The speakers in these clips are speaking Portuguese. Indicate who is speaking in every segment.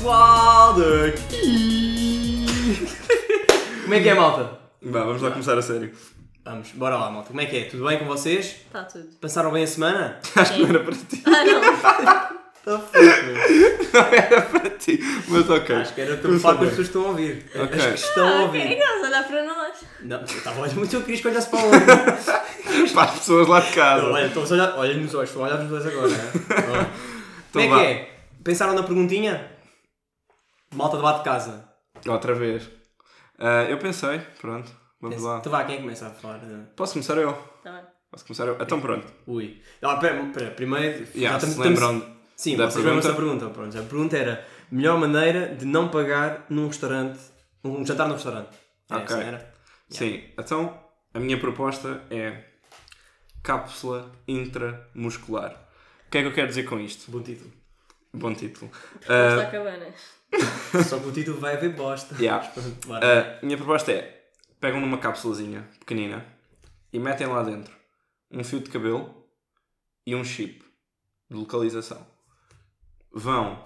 Speaker 1: Valder!
Speaker 2: Como é que é, malta?
Speaker 1: Vá, vamos lá começar a sério.
Speaker 2: Vamos, bora lá, malta. Como é que é? Tudo bem com vocês?
Speaker 3: Está Tá tudo.
Speaker 2: Passaram bem a semana?
Speaker 1: Acho que não era para ti.
Speaker 3: Ah, não.
Speaker 2: Tá feito, meu.
Speaker 1: Não era para ti. Mas ok.
Speaker 2: Acho que era tudo falar com as pessoas que estão a ouvir.
Speaker 1: Ok.
Speaker 2: As que estão a
Speaker 3: Ah,
Speaker 2: ouvir.
Speaker 3: Querem olhar para nós.
Speaker 2: Não, eu estava a olhar muito, eu queria que olhasse para onde.
Speaker 1: Para as pessoas lá de casa.
Speaker 2: Olha, estão-se a olhar. Olha nos olhos, estão a olhar nos dois agora, né? Como é
Speaker 1: Então vá.
Speaker 2: que é? Pensaram na perguntinha? Malta de bate de casa.
Speaker 1: Outra vez. Ah, eu pensei, pronto. Vamos lá.
Speaker 2: Então vá, quem é que começa a falar?
Speaker 1: Posso começar eu?
Speaker 3: Tá bem.
Speaker 1: Posso começar eu? Então pronto.
Speaker 2: Ui. Ah, pera, pera, primeiro.
Speaker 1: Yeah,
Speaker 2: já
Speaker 1: se
Speaker 2: estamos-
Speaker 1: lembram
Speaker 2: Sim,
Speaker 1: da
Speaker 2: vocês lembram-se
Speaker 1: pergunta?
Speaker 2: da pergunta. Pronto, a pergunta era: melhor maneira de não pagar num restaurante, um jantar num restaurante. Era
Speaker 1: Ok.
Speaker 2: essa, era?
Speaker 1: Sim, então a minha proposta é cápsula intramuscular. O que é que eu quero dizer com isto?
Speaker 2: Bom título.
Speaker 1: Bom título. Ah,
Speaker 3: Costa a cabana.
Speaker 2: Só que o título vai haver bosta.
Speaker 1: Yeah.
Speaker 2: Bora.
Speaker 1: A minha proposta é: pegam numa cápsulazinha pequenina e metem lá dentro um fio de cabelo e um chip de localização. Vão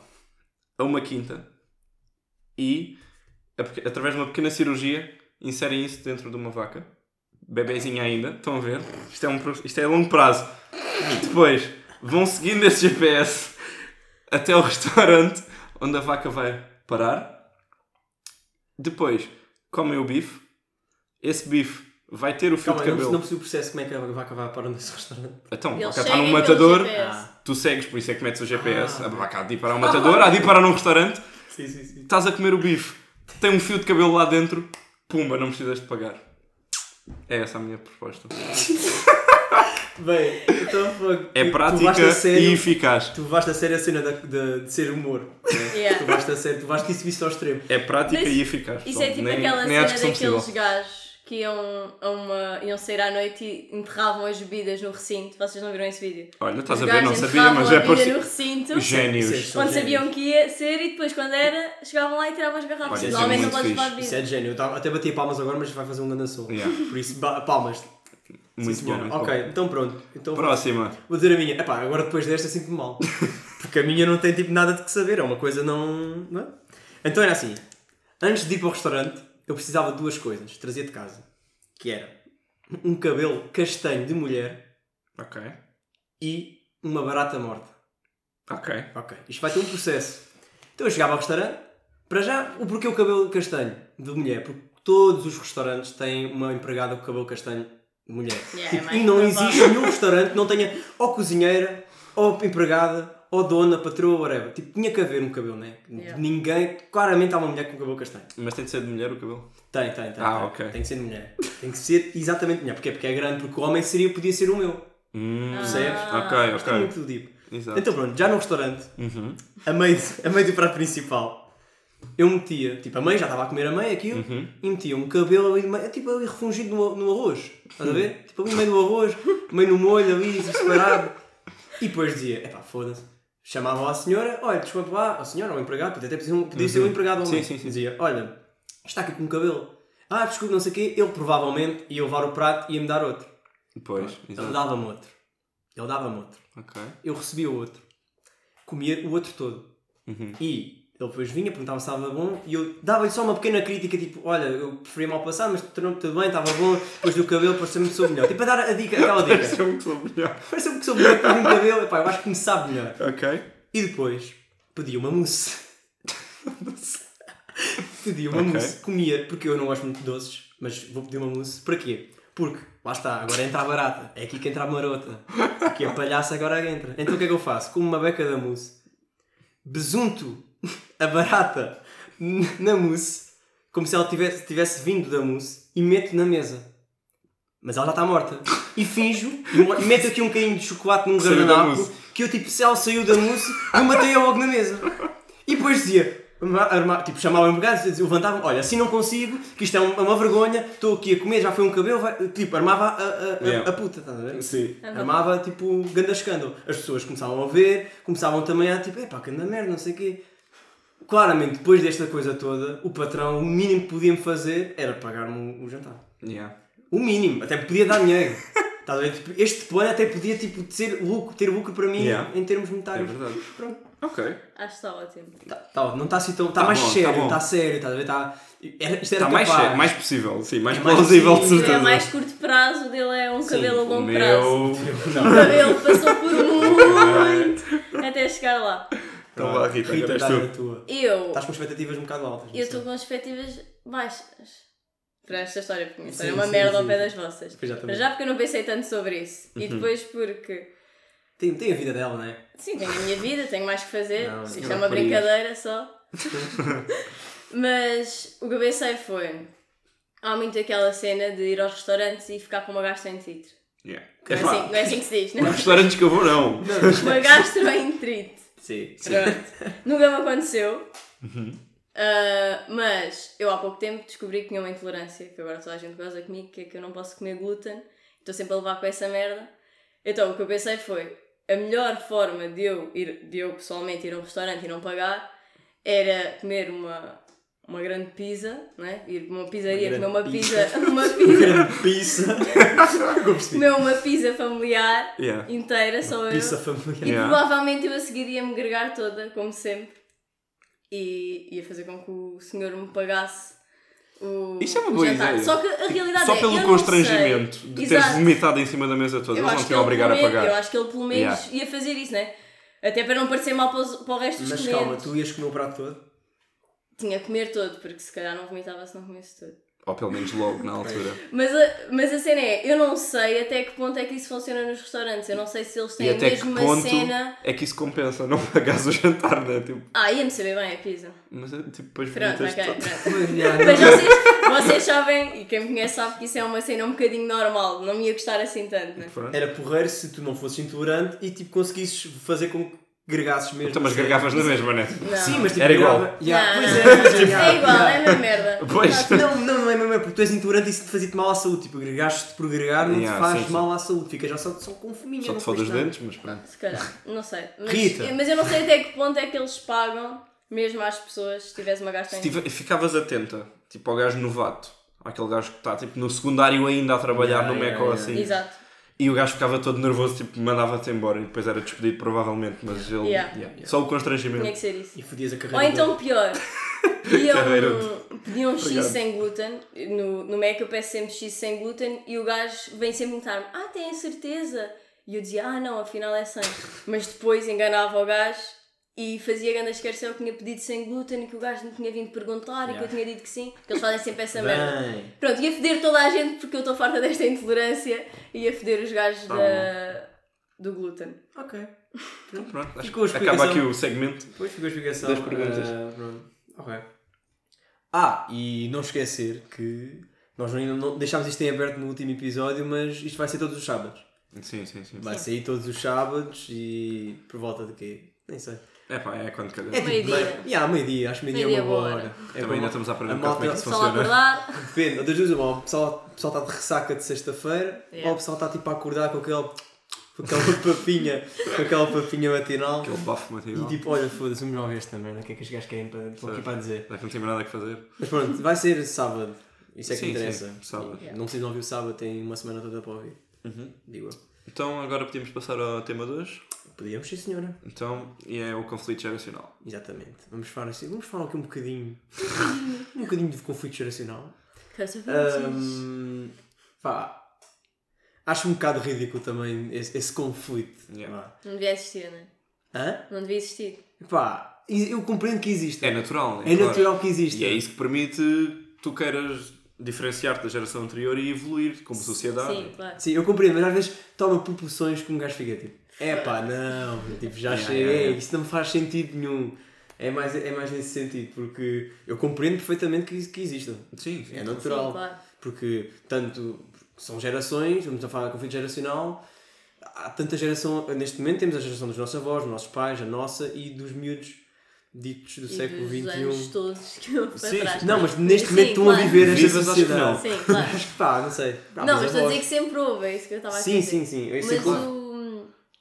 Speaker 1: a uma quinta e, a peque- através de uma pequena cirurgia, inserem isso dentro de uma vaca. Bebezinha ainda, estão a ver? Isto é, um, pro- isto é a longo prazo. Depois vão seguindo esse GPS até o restaurante onde a vaca vai parar. Depois, comem o bife. Esse bife vai ter o fio
Speaker 2: Calma,
Speaker 1: de
Speaker 2: eu não,
Speaker 1: cabelo.
Speaker 2: não percebi o processo como é que a vaca vai parar nesse restaurante.
Speaker 1: Então, a
Speaker 3: Eles
Speaker 1: vaca está num
Speaker 3: seguem
Speaker 1: matador,
Speaker 3: pelo GPS.
Speaker 2: Ah.
Speaker 1: tu segues, por isso é que metes o GPS.
Speaker 2: Ah.
Speaker 1: A vaca há de ir parar um matador, há de ir parar num restaurante,
Speaker 2: Sim, sim, sim.
Speaker 1: estás a comer o bife, tem um fio de cabelo lá dentro, pumba, não precisas de pagar. É essa a minha proposta.
Speaker 2: Bem, então fogo.
Speaker 1: É
Speaker 2: Tu- tu
Speaker 1: prática
Speaker 2: vais a sério,
Speaker 1: e eficaz.
Speaker 2: Tu vais a sério a cena da- de, de ser humor. né?
Speaker 3: Yeah.
Speaker 2: Tu vais a sério, tu vais que isso isso ao extremo.
Speaker 1: É prática
Speaker 3: Mas
Speaker 1: e eficaz.
Speaker 3: Isso é
Speaker 1: Pronto,
Speaker 3: tipo
Speaker 1: nem-
Speaker 3: aquela
Speaker 1: nem há
Speaker 3: cena
Speaker 1: discussão
Speaker 3: daqueles
Speaker 1: possível.
Speaker 3: gajos que iam, a uma, iam sair à noite e enterravam as bebidas no recinto. Vocês não viram esse vídeo?
Speaker 1: Olha,
Speaker 3: Os
Speaker 1: estás a ver,
Speaker 3: gajos
Speaker 1: não sabia,
Speaker 3: enterravam
Speaker 1: mas
Speaker 3: a
Speaker 1: é
Speaker 3: bebida
Speaker 1: parecido.
Speaker 3: no recinto.
Speaker 1: Gênios.
Speaker 2: Sim.
Speaker 3: Onde sabiam que ia ser e depois quando era, chegavam lá e tiravam as garrafas.
Speaker 1: Olha, isso é
Speaker 3: Normalmente não
Speaker 1: muito
Speaker 3: podes levar
Speaker 1: fixe.
Speaker 2: Isso é de
Speaker 3: bebida.
Speaker 2: gênio. Eu tava- até bati palmas agora, mas vai fazer um grande som.
Speaker 1: Yeah.
Speaker 2: Por isso, ba- palmas. Sim,
Speaker 1: Muito bom,
Speaker 2: senhora.
Speaker 1: muito
Speaker 2: Ok, então pronto. Então
Speaker 1: bom. Próxima.
Speaker 2: Vou dizer a minha. Epá, agora depois desta sinto-me mal. Porque a minha não tem tipo nada de que saber, é uma coisa não. não é? Então era assim: antes de ir para o restaurante, eu precisava de duas coisas, trazia de casa: que era um cabelo castanho de mulher
Speaker 1: Ok.
Speaker 2: e uma barata morta.
Speaker 1: Ok.
Speaker 2: Ok, isto vai ter um processo. Então eu chegava ao restaurante, para já, o porquê o cabelo castanho de mulher? Porque todos os restaurantes têm uma empregada com cabelo castanho de mulher.
Speaker 3: Yeah,
Speaker 2: Tipo,
Speaker 3: é mais
Speaker 2: e não
Speaker 3: provável.
Speaker 2: existe nenhum restaurante que não tenha ou cozinheira, ou empregada, ou dona, patroa, whatever. Tipo, tinha que haver um cabelo, né?
Speaker 3: Yeah.
Speaker 2: Ninguém, claramente há uma mulher com cabelo castanho.
Speaker 1: Mas tem de ser de mulher o cabelo?
Speaker 2: Tem, tem, tem.
Speaker 1: Ah,
Speaker 2: tem.
Speaker 1: ok.
Speaker 2: Tem que ser de mulher. Tem que ser exatamente mulher. Porquê? Porque é grande, porque o homem seria, podia ser o meu.
Speaker 1: Hum,
Speaker 3: Ah.
Speaker 2: Percebes?
Speaker 1: Ok,
Speaker 2: Isto é
Speaker 1: ok.
Speaker 2: muito deep.
Speaker 1: Exato.
Speaker 2: Então pronto, já no restaurante,
Speaker 1: Uhum.
Speaker 2: a meio, a meio do prato principal, eu metia, tipo, a mãe já estava a comer a meia aquilo,
Speaker 1: Uhum.
Speaker 2: e metia um cabelo ali, no meio, tipo, ali refungido no, no arroz, estás a
Speaker 1: Uhum.
Speaker 2: ver? tipo, ali no meio do arroz, meio no molho ali, separado. E depois dizia, epá, foda-se. Chamava a senhora, olha, desculpa lá, a senhora, ou um empregado, podia até podia ser um, podia ser um empregado ou
Speaker 1: Uhum. Sim, sim, sim.
Speaker 2: Dizia, olha, está aqui com um cabelo. Ah, desculpa, não sei o quê. Ele provavelmente ia levar o prato e ia-me dar outro.
Speaker 1: Pois,
Speaker 2: Ele
Speaker 1: exato.
Speaker 2: dava-me outro. Ele dava-me outro.
Speaker 1: Ok.
Speaker 2: Eu recebia o outro. Comia o outro todo.
Speaker 1: Uhum.
Speaker 2: E ele depois vinha, perguntava se estava bom e eu dava-lhe só uma pequena crítica, tipo, olha, eu preferia mal passar, mas tudo tudo bem, estava bom, depois do cabelo, pareceu-me que sou melhor. Tipo, a dar a dica, aquela dica.
Speaker 1: Pareceu-me que sou melhor.
Speaker 2: Pareceu-me que sou melhor que um cabelo, epá, eu acho que me sabe melhor.
Speaker 1: Ok.
Speaker 2: E depois pedi uma mousse. pedi uma
Speaker 1: Ok.
Speaker 2: mousse, comia, porque eu não gosto muito de doces, mas vou pedir uma mousse. Para quê? Porque, lá está, agora entra a barata, é aqui que entra a marota, que a palhaça agora entra. Então o que é que eu faço? Como uma beca da mousse, besunto a barata n- na mousse, como se ela tivesse, tivesse vindo da mousse, e meto na mesa. Mas ela já está morta. E finjo, e mo- e meto aqui um bocadinho de chocolate num
Speaker 1: Saiu da
Speaker 2: guardanapo,
Speaker 1: mousse.
Speaker 2: que eu tipo, se ela saiu da mousse, eu matei-a logo na mesa. E depois dizia, arma- arma- tipo, chamava o empregado, dizia- levantava-me, olha, assim não consigo, que isto é um- é uma vergonha, estou aqui a comer, já foi um cabelo, vai- tipo, armava a, a- a-
Speaker 1: Yeah.
Speaker 2: a puta, estás a ver?
Speaker 1: Sim.
Speaker 2: Armava tipo ganda escândalo. As pessoas começavam a ver, começavam também a tipo, epá, que anda merda, não sei o quê. Claramente, depois desta coisa toda, o patrão, o mínimo que podia-me fazer era pagar-me o- o jantar.
Speaker 1: Yeah.
Speaker 2: O mínimo, até podia dar dinheiro. Estás a ver? Tipo, Este plano até podia tipo, ter, lucro, ter lucro para mim
Speaker 1: Yeah.
Speaker 2: em termos
Speaker 1: É
Speaker 2: monetários.
Speaker 1: verdade.
Speaker 2: Pronto.
Speaker 1: Ok.
Speaker 3: Acho que está ótimo.
Speaker 2: Tá, tá, não está assim tão. Está
Speaker 1: Tá
Speaker 2: mais
Speaker 1: bom, tá
Speaker 2: sério,
Speaker 1: bom.
Speaker 2: está sério, estás a ver? Tá, era, isto era
Speaker 1: Está mais,
Speaker 2: capaz.
Speaker 1: sério, mais possível, sim, mais
Speaker 2: É mais
Speaker 1: plausível de
Speaker 2: possível,
Speaker 1: certeza.
Speaker 3: É mais curto prazo, o dele é um
Speaker 2: Sim,
Speaker 3: cabelo a
Speaker 1: o
Speaker 3: longo prazo.
Speaker 1: meu.
Speaker 3: O
Speaker 2: Não,
Speaker 3: cabelo passou por muito até chegar lá.
Speaker 1: Então vá, Rita, agora és
Speaker 2: estás na
Speaker 1: tu.
Speaker 2: tua.
Speaker 3: Eu,
Speaker 2: Estás com expectativas um bocado altas. não
Speaker 3: eu
Speaker 2: sei.
Speaker 3: estou com expectativas baixas para esta história, porque a minha
Speaker 2: Sim,
Speaker 3: história é uma
Speaker 2: sim,
Speaker 3: merda ao
Speaker 2: sim,
Speaker 3: pé
Speaker 2: sim.
Speaker 3: das vossas.
Speaker 2: Pois já também. Uhum.
Speaker 3: Mas já porque eu não pensei tanto sobre isso. E depois porque.
Speaker 2: Tem, tem a vida dela, não é?
Speaker 3: Sim, tenho a minha vida, tenho mais que fazer.
Speaker 2: Não,
Speaker 3: Isto
Speaker 2: não
Speaker 3: é uma
Speaker 2: por isso.
Speaker 3: brincadeira só. Mas o que eu pensei foi. Há muito aquela cena de ir aos restaurantes e ficar com uma gastroenterite.
Speaker 1: Yeah.
Speaker 3: Não é
Speaker 1: Epá,
Speaker 3: assim, não é assim que se diz,
Speaker 1: Os
Speaker 3: né?
Speaker 1: restaurantes que eu vou, não.
Speaker 3: Uma gastroenterite.
Speaker 2: Sim.
Speaker 3: Pronto. Uhum. Nunca me aconteceu. Ah, mas eu há pouco tempo descobri que tinha uma intolerância, que agora toda a gente goza comigo, que é que eu não posso comer glúten. Estou sempre a levar com essa merda. Então o que eu pensei foi, a melhor forma de eu, ir, de eu pessoalmente ir a um restaurante e não pagar era comer uma, uma grande pizza, né? ir para uma pizzaria,
Speaker 2: grande
Speaker 3: comer uma
Speaker 2: pizza.
Speaker 3: pizza, uma pizza,
Speaker 2: Pizza. Gostei.
Speaker 3: comer uma pizza familiar
Speaker 1: Yeah.
Speaker 3: inteira, só eu.
Speaker 2: Pizza
Speaker 3: E
Speaker 2: familiar.
Speaker 1: Yeah.
Speaker 3: provavelmente eu a seguir ia me gregar toda, como sempre. E ia fazer com que o senhor me pagasse o.
Speaker 1: Isso é uma
Speaker 3: o
Speaker 1: boa
Speaker 3: jantar.
Speaker 1: ideia. Tipo,
Speaker 3: Só que a realidade é
Speaker 1: Só
Speaker 3: que.
Speaker 1: pelo constrangimento de teres vomitado em cima da mesa toda.
Speaker 3: eu
Speaker 1: Eles
Speaker 3: acho
Speaker 1: não
Speaker 3: que
Speaker 1: te
Speaker 3: ele
Speaker 1: iam obrigar a
Speaker 3: pelo menos- Eu
Speaker 1: pagar.
Speaker 3: acho que ele pelo menos
Speaker 1: Yeah.
Speaker 3: ia fazer isso, né? Até para não parecer mal para, os- para o resto dos
Speaker 2: Mas
Speaker 3: clientes.
Speaker 2: calma, tu ias comer o prato todo?
Speaker 3: Tinha que comer todo, porque se calhar não vomitava se não comesse todo.
Speaker 1: Ou pelo menos logo, na altura.
Speaker 3: Mas a, mas a cena é, eu não sei até que ponto é que isso funciona nos restaurantes. Eu não sei se eles
Speaker 1: E
Speaker 3: têm a
Speaker 1: até que
Speaker 3: mesma
Speaker 1: ponto
Speaker 3: cena.
Speaker 1: é que isso compensa não pagares o jantar, né? Tipo,
Speaker 3: Ah, ia-me saber bem a pizza.
Speaker 1: mas tipo, depois
Speaker 3: Pronto,
Speaker 1: vomitas
Speaker 3: ok,
Speaker 1: todo.
Speaker 3: pronto.
Speaker 2: Mas, já,
Speaker 3: Mas
Speaker 2: não.
Speaker 3: vocês, vocês sabem, e quem me conhece sabe que isso é uma cena um bocadinho normal, não me ia gostar assim tanto, né?
Speaker 1: Pronto.
Speaker 2: Era porreiro se tu não fosses intolerante e tipo conseguisses fazer com que gregasses mesmo. assim.
Speaker 1: Então, mas gargafas na mesma, né?
Speaker 3: Não.
Speaker 2: Sim, mas tipo,
Speaker 1: Era igual.
Speaker 2: grava-
Speaker 3: Não,
Speaker 2: Yeah, pois
Speaker 3: não.
Speaker 2: é, pois é, yeah,
Speaker 3: É igual,
Speaker 2: yeah.
Speaker 3: é uma merda.
Speaker 1: Pois.
Speaker 2: Não, não, não é, não é porque tu és intolerante e isso te fazia-te mal à saúde. Tipo, gregaste-te por gregar não
Speaker 1: Yeah,
Speaker 2: te faz
Speaker 1: sim, sim.
Speaker 2: mal à saúde. Ficas já só, só com fominha.
Speaker 1: Só
Speaker 2: não
Speaker 1: te fodas
Speaker 3: assim.
Speaker 2: faz nada.
Speaker 1: dentes, mas pronto.
Speaker 3: Se calhar, não sei. Mas,
Speaker 2: Rita.
Speaker 3: mas eu não sei até que ponto é que eles pagam, mesmo às pessoas, se tivesse uma gasta
Speaker 1: Se
Speaker 3: em
Speaker 1: tive- ficavas atenta, tipo ao gajo novato, àquele gajo que está tipo, no secundário ainda a trabalhar
Speaker 2: Yeah,
Speaker 1: no
Speaker 2: yeah,
Speaker 1: Meco ou
Speaker 2: yeah.
Speaker 1: assim.
Speaker 3: Exato.
Speaker 1: E o gajo ficava todo nervoso, tipo, mandava-te embora e depois era despedido, provavelmente. Mas ele.
Speaker 3: Yeah.
Speaker 1: yeah. Só o constrangimento.
Speaker 3: Tinha que ser isso.
Speaker 2: E fodias a carreira.
Speaker 3: Ou então pior.
Speaker 1: Carreira.
Speaker 3: Pediam, pediam um X
Speaker 1: Obrigado.
Speaker 3: sem glúten. No, no Mac eu peço sempre X sem glúten e o gajo vem sempre perguntar-me: Ah, tem certeza? E eu dizia: Ah, não, afinal é sem. Mas depois enganava o gajo e fazia grande esquerda eu tinha pedido sem glúten e que o gajo me tinha vindo perguntar e que eu
Speaker 2: Yeah.
Speaker 3: tinha dito que sim. Porque eles fazem sempre essa merda.
Speaker 2: Bem.
Speaker 3: Pronto, ia foder toda a gente porque eu estou farta desta intolerância e ia foder os gajos
Speaker 1: Tá
Speaker 3: da, do glúten.
Speaker 2: Ok.
Speaker 1: Pronto, acho
Speaker 2: Ficou a
Speaker 1: que acaba
Speaker 2: explicação.
Speaker 1: aqui o segmento.
Speaker 2: Depois ficou a explicação.
Speaker 1: Das perguntas.
Speaker 2: ah, pronto. Ok. Ah, e não esquecer que nós ainda não deixámos isto em aberto no último episódio, mas isto vai ser todos os sábados.
Speaker 1: Sim, sim, sim.
Speaker 2: Vai sair todos os sábados e por volta de quê? Nem sei.
Speaker 1: É pá, é quando calhar.
Speaker 2: É tipo
Speaker 3: Meio-dia.
Speaker 2: meio- Yeah, meio-dia, acho que meio-dia é uma
Speaker 3: Meio-dia
Speaker 2: boa
Speaker 3: boa
Speaker 2: hora.
Speaker 3: hora.
Speaker 2: É
Speaker 1: Também
Speaker 2: bom.
Speaker 1: ainda estamos a aprender
Speaker 2: A
Speaker 1: um bocado como é que
Speaker 2: malta-
Speaker 1: isso
Speaker 3: Pessoal a
Speaker 1: funciona.
Speaker 3: acordar,
Speaker 2: Depende, ou das duas, uma, ou o pessoal, o pessoal está de ressaca de sexta-feira,
Speaker 3: Yeah.
Speaker 2: ou o pessoal está tipo a acordar com aquele. com aquela papinha, com aquela papinha matinal.
Speaker 1: Aquele bafo material.
Speaker 2: E tipo, olha, foda-se, vamos lá ver esta merda, o que é que os gajos querem para, estão aqui
Speaker 1: Certo.
Speaker 2: para dizer?
Speaker 1: Já que não temos nada a fazer.
Speaker 2: Mas pronto, vai ser sábado. Isso é que
Speaker 1: Sim,
Speaker 2: interessa.
Speaker 1: sim, sábado. Uhum.
Speaker 2: E Não precisam ouvir o sábado, tem uma semana toda para ouvir. Digo eu.
Speaker 1: Então agora podíamos passar ao tema 2.
Speaker 2: Podíamos, sim senhora.
Speaker 1: Então, e é o conflito geracional.
Speaker 2: Exatamente. Vamos falar, assim, vamos falar aqui um bocadinho. um bocadinho de conflito geracional.
Speaker 3: Casa
Speaker 1: Um,
Speaker 3: Verdes.
Speaker 2: Ahm, pá. Acho um bocado ridículo também esse, esse conflito.
Speaker 1: Yeah.
Speaker 3: Não devia existir, não é?
Speaker 2: vá. Hã?
Speaker 3: Não devia existir.
Speaker 2: Pá, e- eu compreendo que existe.
Speaker 1: É natural, né?
Speaker 2: É
Speaker 1: Claro.
Speaker 2: natural que existe.
Speaker 1: E é isso que permite que tu queiras diferenciar-te da geração anterior e evoluir como sociedade.
Speaker 3: Sim, claro.
Speaker 2: Sim, eu compreendo, mas às vezes toma proporções que um gajo fica tipo, epá, não, tipo, já
Speaker 1: Yeah,
Speaker 2: cheguei,
Speaker 1: yeah, yeah.
Speaker 2: isso não faz sentido nenhum. É mais, é mais nesse sentido, porque eu compreendo perfeitamente que, que existam.
Speaker 1: Sim, sim.
Speaker 2: É
Speaker 3: Sim,
Speaker 2: natural.
Speaker 3: claro.
Speaker 2: Porque tanto são gerações, estamos a falar de conflito geracional, há tanta geração, neste momento temos a geração dos nossos avós, dos nossos pais, a nossa e dos miúdos ditos do
Speaker 3: E
Speaker 2: século
Speaker 3: dos anos
Speaker 2: XXI.
Speaker 3: todos que eu para
Speaker 1: Sim,
Speaker 3: trás.
Speaker 2: Não, mas neste
Speaker 3: Sim,
Speaker 2: momento estão a
Speaker 3: claro.
Speaker 2: viver esta
Speaker 1: Vivas, acho que
Speaker 2: sociedade.
Speaker 1: não.
Speaker 3: Sim, claro.
Speaker 2: Acho que pá, não sei. Ah,
Speaker 3: não,
Speaker 2: mas
Speaker 3: mas estou a
Speaker 2: avós.
Speaker 3: dizer que sempre houve, é isso que eu estava a
Speaker 2: Sim,
Speaker 3: dizer.
Speaker 2: sim, sim. Eu sei
Speaker 3: Mas
Speaker 2: que-
Speaker 3: o...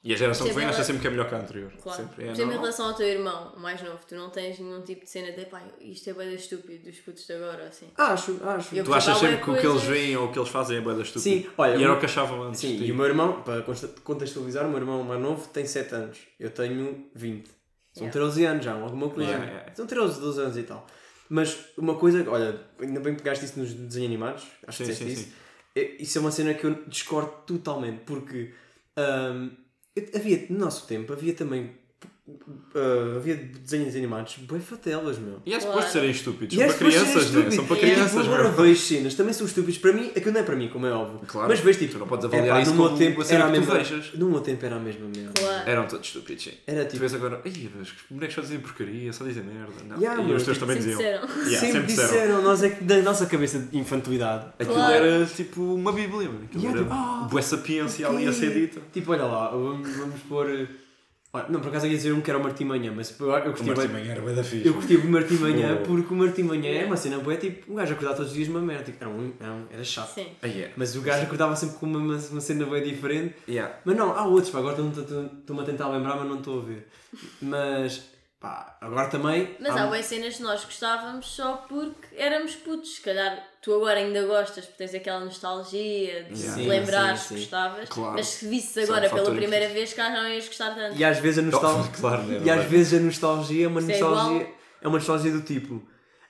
Speaker 1: E a geração que vem
Speaker 3: Sim,
Speaker 1: acha
Speaker 3: ela-
Speaker 1: sempre que é melhor que a anterior.
Speaker 3: Claro.
Speaker 1: Sempre.
Speaker 3: Por
Speaker 1: É
Speaker 3: exemplo, em
Speaker 1: normal.
Speaker 3: relação ao teu irmão, o mais novo, tu não tens nenhum tipo de cena de pá, isto é bem estúpido dos putos de agora, assim.
Speaker 2: Ah, Acho, acho.
Speaker 3: Eu-
Speaker 1: Tu achas
Speaker 3: Há
Speaker 1: sempre
Speaker 3: bué
Speaker 1: que o que eles
Speaker 3: é coisas-
Speaker 1: veem ou o que eles fazem é bué da estúpida.
Speaker 2: Sim, olha,
Speaker 1: E era
Speaker 2: o-
Speaker 1: o que achavam antes.
Speaker 2: Sim,
Speaker 1: Sim,
Speaker 2: e o meu irmão, para consta- contextualizar, o meu irmão mais novo tem 7 anos. Eu tenho 20. São
Speaker 3: Yeah.
Speaker 2: 13 anos já, um alguma coisa.
Speaker 1: Yeah, yeah.
Speaker 2: São 13, 12 anos e tal. Mas uma coisa, olha, ainda bem que pegaste isso nos desenhos animados, acho que
Speaker 1: Sim,
Speaker 2: disseste
Speaker 1: sim,
Speaker 2: isso.
Speaker 1: sim.
Speaker 2: É- Isso é uma cena que eu discordo totalmente, porque hum, havia, no nosso tempo, havia também. ah, havia desenhos animados bem fatelas, meu.
Speaker 1: E é
Speaker 3: Claro.
Speaker 1: suposto serem estúpidos.
Speaker 2: E
Speaker 1: São
Speaker 2: é
Speaker 1: para
Speaker 2: suposto serem
Speaker 1: crianças, né?
Speaker 2: estúpidos.
Speaker 1: São para
Speaker 2: E,
Speaker 1: crianças,
Speaker 2: tipo, agora
Speaker 1: mesmo.
Speaker 2: vejo cenas, também são estúpidos para mim, aquilo não é para mim, como é óbvio.
Speaker 1: Claro.
Speaker 2: Mas vejo tipo.
Speaker 1: Tu não podes
Speaker 2: epá,
Speaker 1: avaliar isso
Speaker 2: no meu
Speaker 1: como
Speaker 2: tempo
Speaker 1: uma
Speaker 2: era
Speaker 1: cena
Speaker 2: a
Speaker 1: que tu
Speaker 2: mesma.
Speaker 1: vejas.
Speaker 2: No meu tempo era a mesma merda.
Speaker 3: Claro.
Speaker 1: Eram todos estúpidos, sim.
Speaker 2: Era
Speaker 1: Tu
Speaker 2: tipo.
Speaker 1: vês agora, ai, mas os bonecos só dizem porcaria, só dizem merda. Não.
Speaker 2: Yeah,
Speaker 1: e
Speaker 2: meu,
Speaker 1: os teus
Speaker 2: tipo,
Speaker 1: também
Speaker 3: Sempre
Speaker 1: diziam.
Speaker 3: disseram.
Speaker 1: Yeah,
Speaker 2: sempre, disseram, nós é que da nossa cabeça de infantilidade.
Speaker 1: Aquilo
Speaker 3: Claro.
Speaker 1: era tipo uma bíblia, mano. aquilo
Speaker 2: Yeah,
Speaker 1: era
Speaker 2: tipo, ah,
Speaker 1: bué sapiência ali a ser dita.
Speaker 2: Tipo, olha lá, vamos, vamos pôr. eh, olha, não, por acaso ia dizer um que era o Martimanhã, mas eu, eu curti Tipo, bué-
Speaker 1: era bué da fixe.
Speaker 2: Eu curti o Martimanhã
Speaker 1: Oh.
Speaker 2: porque o Martimanhã é uma cena boa, tipo, um gajo acordava todos os dias uma merda. Tipo, era, um, era, um- era chato.
Speaker 3: Sim.
Speaker 1: Ah, yeah.
Speaker 2: Mas o gajo acordava sempre com uma, uma, uma cena bem diferente.
Speaker 1: Yeah.
Speaker 2: Mas não, há outros, pá, agora estou- estou- estou-me a tentar lembrar, mas não estou a ver. Mas, pá, agora também. um-
Speaker 3: Mas há bem cenas que nós gostávamos só porque éramos putos. Se calhar tu agora ainda gostas, porque tens aquela nostalgia
Speaker 1: Yeah.
Speaker 3: de te
Speaker 2: Sim,
Speaker 3: lembrar
Speaker 2: sim,
Speaker 3: que
Speaker 2: sim.
Speaker 3: gostavas.
Speaker 1: Claro.
Speaker 3: Mas se visses
Speaker 1: Só um
Speaker 3: agora pela
Speaker 1: fator
Speaker 3: primeira
Speaker 1: importante.
Speaker 3: vez, se calhar não ias gostar tanto.
Speaker 2: E às vezes a nostalgia.
Speaker 1: Oh, claro, né,
Speaker 2: E às
Speaker 1: verdade.
Speaker 2: vezes a nostalgia é uma
Speaker 3: Isso é
Speaker 2: nostalgia.
Speaker 3: igual.
Speaker 2: É uma nostalgia do tipo.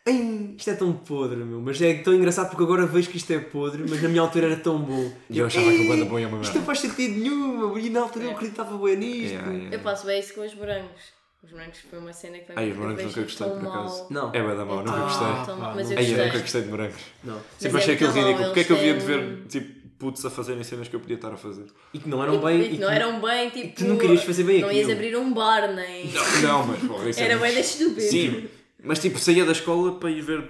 Speaker 2: Ei, isto é tão podre, meu. Mas é tão engraçado porque agora vejo que isto é podre, mas na minha altura era tão bom.
Speaker 1: E eu achava que o
Speaker 2: "Ei,
Speaker 1: banda bom é uma
Speaker 2: Isto não
Speaker 1: merda. É,
Speaker 2: faz sentido nenhum, meu. E na altura eu
Speaker 3: É.
Speaker 2: acreditava bem nisto.
Speaker 1: Yeah, yeah.
Speaker 3: Eu passo bem isso com os morangos. Os morangos foi uma cena que foi
Speaker 1: Ai, os morangos nunca gostei, por acaso.
Speaker 2: Não.
Speaker 1: É bué da mau, nunca
Speaker 3: Então,
Speaker 2: Ah,
Speaker 1: gostei.
Speaker 3: Tão,
Speaker 2: pá,
Speaker 3: mas
Speaker 2: não.
Speaker 3: eu
Speaker 1: Ai, eu
Speaker 3: gostei.
Speaker 1: nunca gostei de morangos.
Speaker 2: Não.
Speaker 1: Sempre
Speaker 3: Mas
Speaker 1: Tipo, achei
Speaker 3: é que
Speaker 1: aquilo
Speaker 3: tá mal,
Speaker 1: ridículo. Porque é que eu havia
Speaker 3: eles
Speaker 1: de ver,
Speaker 3: têm-
Speaker 1: tipo, putos a fazerem cenas que eu podia estar a fazer?
Speaker 2: E que não eram bem.
Speaker 3: E que não eram bem, tipo.
Speaker 2: tu não querias fazer bem
Speaker 3: Não
Speaker 2: aquilo.
Speaker 3: ias abrir um bar, nem.
Speaker 1: Não, mas porra, isso é
Speaker 3: Era
Speaker 1: muito-
Speaker 3: bem da estúpida.
Speaker 1: Sim, mas tipo, saía da escola para ir ver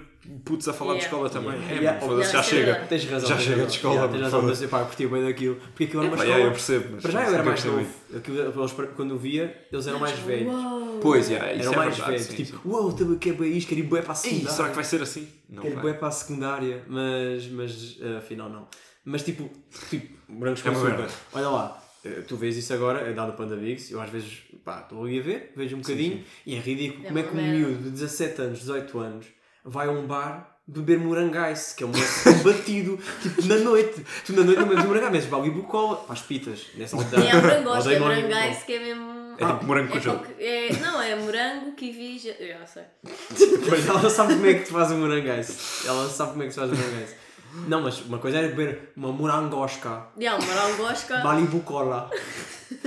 Speaker 1: putos a falar
Speaker 3: Yeah.
Speaker 1: de escola também.
Speaker 2: Yeah.
Speaker 1: É,
Speaker 2: Yeah.
Speaker 1: mano, foda-se,
Speaker 3: Não,
Speaker 1: já
Speaker 3: isso é
Speaker 1: chega.
Speaker 3: verdade.
Speaker 2: Tens razão.
Speaker 1: Já
Speaker 2: tens
Speaker 1: chega de
Speaker 2: razão.
Speaker 1: escola,
Speaker 2: Yeah, Tens
Speaker 1: mano,
Speaker 2: razão, mas
Speaker 1: foda-se. É,
Speaker 2: pá, eu curti bem daquilo. Porque aquilo era uma
Speaker 1: Pá, yeah, eu
Speaker 2: escola.
Speaker 1: percebo, mas
Speaker 2: Para já
Speaker 1: não
Speaker 2: eu era
Speaker 1: sei o
Speaker 2: mais
Speaker 1: que é que
Speaker 2: novo.
Speaker 1: eu
Speaker 2: Aquilo, eles, quando via, eles eram mais velhos.
Speaker 3: Uau.
Speaker 1: Pois, yeah, isso
Speaker 2: Eram
Speaker 1: é
Speaker 2: mais
Speaker 1: verdade,
Speaker 2: velhos.
Speaker 1: sim,
Speaker 2: Tipo, uau, também que é bem isto, quero ir bué para a
Speaker 1: sim. Ei,
Speaker 2: secundária.
Speaker 1: será que vai ser assim? Não
Speaker 2: Quero
Speaker 1: vai.
Speaker 2: é bué para a secundária, mas, mas eh, afinal não. Mas tipo, tipo morangos com
Speaker 1: É uma
Speaker 2: açúcar.
Speaker 1: merda.
Speaker 2: Olha lá, eh, tu vês isso agora, a dar no Panda Bigs, eu às vezes, pá, estou ali a ver, vejo um bocadinho, e é ridículo
Speaker 3: É
Speaker 2: como é
Speaker 3: uma
Speaker 2: que um
Speaker 3: merda.
Speaker 2: miúdo de 17 anos, 18 anos, vai a um bar beber morangais, que é um um batido, tipo, na noite. Tu na noite não bebes morangais, mas bali bucola, faz pitas, nessa altura.
Speaker 3: É a morangos,
Speaker 2: Odeio
Speaker 3: é
Speaker 2: morango
Speaker 3: morangais que é mesmo.
Speaker 1: É tipo morango com
Speaker 3: É
Speaker 1: gelo.
Speaker 3: qualquer- é- não, é morango, kiwi, ge- eu não sei.
Speaker 2: Pois ela sabe como é que se faz o morangais. Ela sabe como é que se faz o morangais. Não, mas uma coisa era beber uma morangosca,
Speaker 3: E há um morangosca.
Speaker 2: Malibu Cola.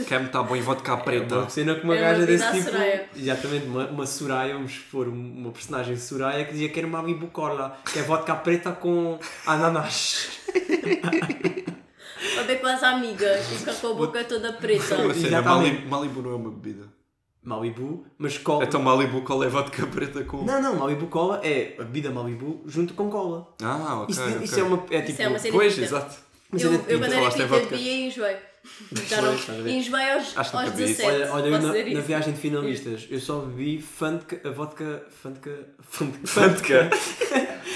Speaker 1: Quer me estar bom em vodka
Speaker 2: Uma
Speaker 1: preta?
Speaker 2: cena com uma
Speaker 3: É uma
Speaker 2: gaja
Speaker 3: bebida
Speaker 2: desse
Speaker 3: à
Speaker 2: tipo.
Speaker 3: Soraya.
Speaker 2: Exatamente, uma, uma Soraya, vamos pôr um- uma personagem Soraya que dizia que era Malibu Cola, que é vodka preta com ananás.
Speaker 3: Vai ver com as amigas e fica com a boca toda preta.
Speaker 1: Uma cena,
Speaker 2: Exatamente.
Speaker 1: Malibu, Malibu não é uma bebida.
Speaker 2: Malibu, mas cola.
Speaker 1: Então Malibu qual é vodka preta com.
Speaker 2: Não, não, Malibu Cola é a bebida Malibu junto com cola.
Speaker 1: Ah, ok.
Speaker 2: Isso,
Speaker 1: ok.
Speaker 2: isso é uma. É tipo.
Speaker 3: Isso é uma cena
Speaker 1: Pois,
Speaker 3: de pita.
Speaker 1: exato.
Speaker 2: uma
Speaker 3: Eu,
Speaker 2: cena de
Speaker 3: eu quando
Speaker 2: pita.
Speaker 3: era
Speaker 1: é tipo, Falaste em
Speaker 3: pita
Speaker 1: vodka.
Speaker 3: bebia e enjoei. Já não-
Speaker 2: estás a ver?
Speaker 3: Enjoei aos,
Speaker 1: Acho que
Speaker 3: aos
Speaker 1: nunca vi isso.
Speaker 3: 17.
Speaker 2: Olha, olha eu
Speaker 3: posso
Speaker 2: na,
Speaker 3: dizer
Speaker 2: na
Speaker 3: isso.
Speaker 2: viagem de finalistas, eu só bebi fanta, a vodka. Fanta. Fanta.
Speaker 1: Fanta.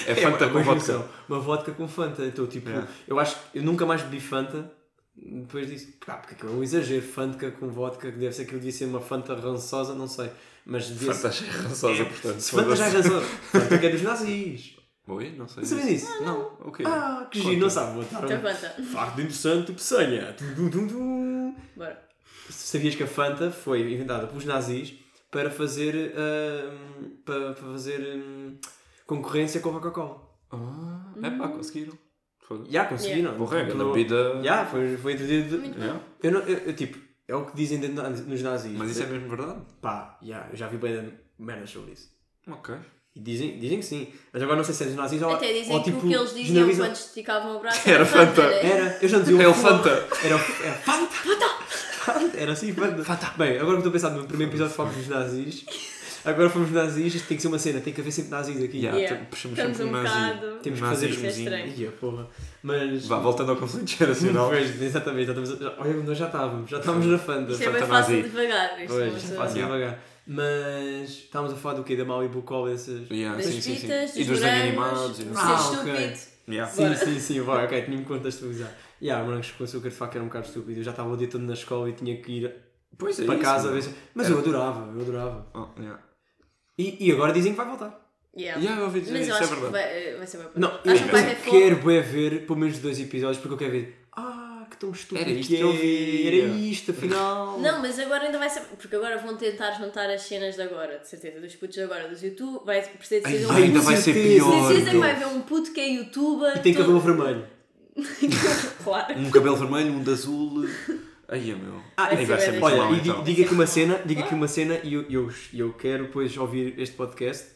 Speaker 1: É Fanta
Speaker 2: uma
Speaker 1: com vodka.
Speaker 2: junção. Uma vodka com Fanta. Então, tipo,
Speaker 1: É.
Speaker 2: eu acho que eu nunca mais bebi Fanta depois disso. Pá, porque aquilo é um exagero. Fanta com vodka, que deve ser aquilo, devia ser uma Fanta rançosa, não sei. Mas devia
Speaker 1: Fanta já é rançosa, portanto.
Speaker 2: ser. Fanta já é rançosa. Fanta que é dos nazis.
Speaker 1: Oi? Não sei.
Speaker 2: Não sabias
Speaker 1: disso.
Speaker 2: disso?
Speaker 1: Não, ok.
Speaker 2: Ah, que giro,
Speaker 1: Conta.
Speaker 2: não sabe botar.
Speaker 3: Então
Speaker 2: um-
Speaker 3: conta.
Speaker 2: Facto interessante, peçanha. Tum, tum, tum, tum.
Speaker 3: Bora.
Speaker 2: Sabias que a Fanta foi inventada pelos nazis para fazer. ah, para, para fazer. hum, concorrência com a Coca-Cola.
Speaker 1: Ah, é
Speaker 2: Hum.
Speaker 1: pá, conseguiram. um Foda-se.
Speaker 2: Já conseguiram.
Speaker 1: Porra, é grande
Speaker 2: Aquilo-
Speaker 1: bebida.
Speaker 2: Já, foi, foi introduzido.
Speaker 3: Muito
Speaker 1: Yeah.
Speaker 2: Eu, não, eu, eu, tipo, é o que dizem dentro na- nos nazis.
Speaker 1: Mas isso é mesmo verdade?
Speaker 2: Pá, já, eu já vi bem merda sobre isso.
Speaker 1: Ok.
Speaker 2: E dizem, dizem que sim. Mas agora não sei se é dos nazis ou,
Speaker 3: Até dizem
Speaker 2: ou
Speaker 3: que
Speaker 2: tipo.
Speaker 3: o que eles diziam
Speaker 2: generalizam.
Speaker 3: quando esticavam o braço
Speaker 1: Era
Speaker 3: era
Speaker 1: Fanta.
Speaker 3: Fanta.
Speaker 2: Era, eu já dizia o
Speaker 1: É o
Speaker 2: Fanta.
Speaker 1: Fanta.
Speaker 2: Era, o- era Fanta. Fanta. Era assim, Fanta. Bem, agora que estou a pensar no primeiro episódio fomos nos nazis. Agora fomos nos nazis, isto tem que ser uma cena, tem que haver sempre nazis aqui.
Speaker 1: Yeah,
Speaker 3: Yeah.
Speaker 1: tem- Puxamos
Speaker 3: Estamos
Speaker 1: sempre
Speaker 3: um
Speaker 1: um nazi.
Speaker 3: bocado-
Speaker 2: Temos que fazer
Speaker 1: Nazismozinho.
Speaker 3: Isso é estranho.
Speaker 2: Ia, porra. Mas.
Speaker 1: Vá, voltando ao conflito geracional.
Speaker 2: Pois, exatamente, já estamos, a- já, olha, nós já estávamos, já estávamos na Fanta.
Speaker 3: Isto é bem
Speaker 1: Fanta
Speaker 3: fácil
Speaker 1: nazi.
Speaker 3: devagar. Isto
Speaker 2: Pois,
Speaker 3: mas,
Speaker 2: fácil
Speaker 1: Yeah.
Speaker 2: devagar. Mas estávamos a falar do quê? Da Malibu Bucola essas.
Speaker 1: Yeah,
Speaker 3: Das
Speaker 1: sim, sim, sim.
Speaker 3: pitas,
Speaker 1: E
Speaker 3: dos
Speaker 1: dos desenhos
Speaker 3: morangos,
Speaker 1: animados. e
Speaker 3: de
Speaker 1: não
Speaker 3: ser
Speaker 1: sei.
Speaker 2: Ah, ok.
Speaker 3: estúpido.
Speaker 1: Yeah.
Speaker 2: Sim,
Speaker 3: Bora.
Speaker 2: sim, sim, vai, ok, tinha-me contextualizar. E yeah, morangos com açúcar de facto era um bocado estúpido. Eu já estava o dia todo na escola e tinha que ir
Speaker 1: Pois é
Speaker 2: para
Speaker 1: isso,
Speaker 2: casa.
Speaker 1: mano.
Speaker 2: ver se- Mas eu adorava, eu adorava.
Speaker 1: Oh, yeah.
Speaker 2: E, e agora dizem que vai voltar.
Speaker 3: Yeah.
Speaker 1: Yeah, eu ouvi dizer
Speaker 3: Mas
Speaker 1: isso,
Speaker 3: eu
Speaker 1: é
Speaker 3: acho que
Speaker 1: verdade.
Speaker 3: vai, vai ser bem
Speaker 2: Não,
Speaker 3: acho
Speaker 2: eu
Speaker 3: que vai ter fogo.
Speaker 2: quero bem ver pelo menos dois episódios porque eu quero ver. Ah, que tão estúpido.
Speaker 1: Era
Speaker 2: Era isto
Speaker 1: que
Speaker 2: que eu vi, era
Speaker 1: era.
Speaker 2: isto, afinal.
Speaker 3: Não, mas agora ainda vai ser. Porque agora vão tentar juntar as cenas de agora, de certeza, dos putos de agora, dos YouTube. Vai precisar de
Speaker 1: Ai,
Speaker 3: ser
Speaker 1: ai, ainda
Speaker 3: um.
Speaker 1: vai ser
Speaker 2: certeza.
Speaker 1: pior.
Speaker 3: Precisa que
Speaker 1: meu.
Speaker 3: vai haver um puto que é youtuber.
Speaker 2: E tem
Speaker 3: todo-
Speaker 2: cabelo vermelho.
Speaker 3: claro.
Speaker 1: Um cabelo vermelho, um de azul. Ai, meu.
Speaker 2: Ah,
Speaker 1: Aí
Speaker 3: e-
Speaker 1: vai ser muito
Speaker 2: Olha,
Speaker 1: mal,
Speaker 2: e di-
Speaker 1: então.
Speaker 2: diga aqui uma cena, diga
Speaker 3: Ah.
Speaker 2: aqui uma cena e eu, eu, eu quero depois ouvir este podcast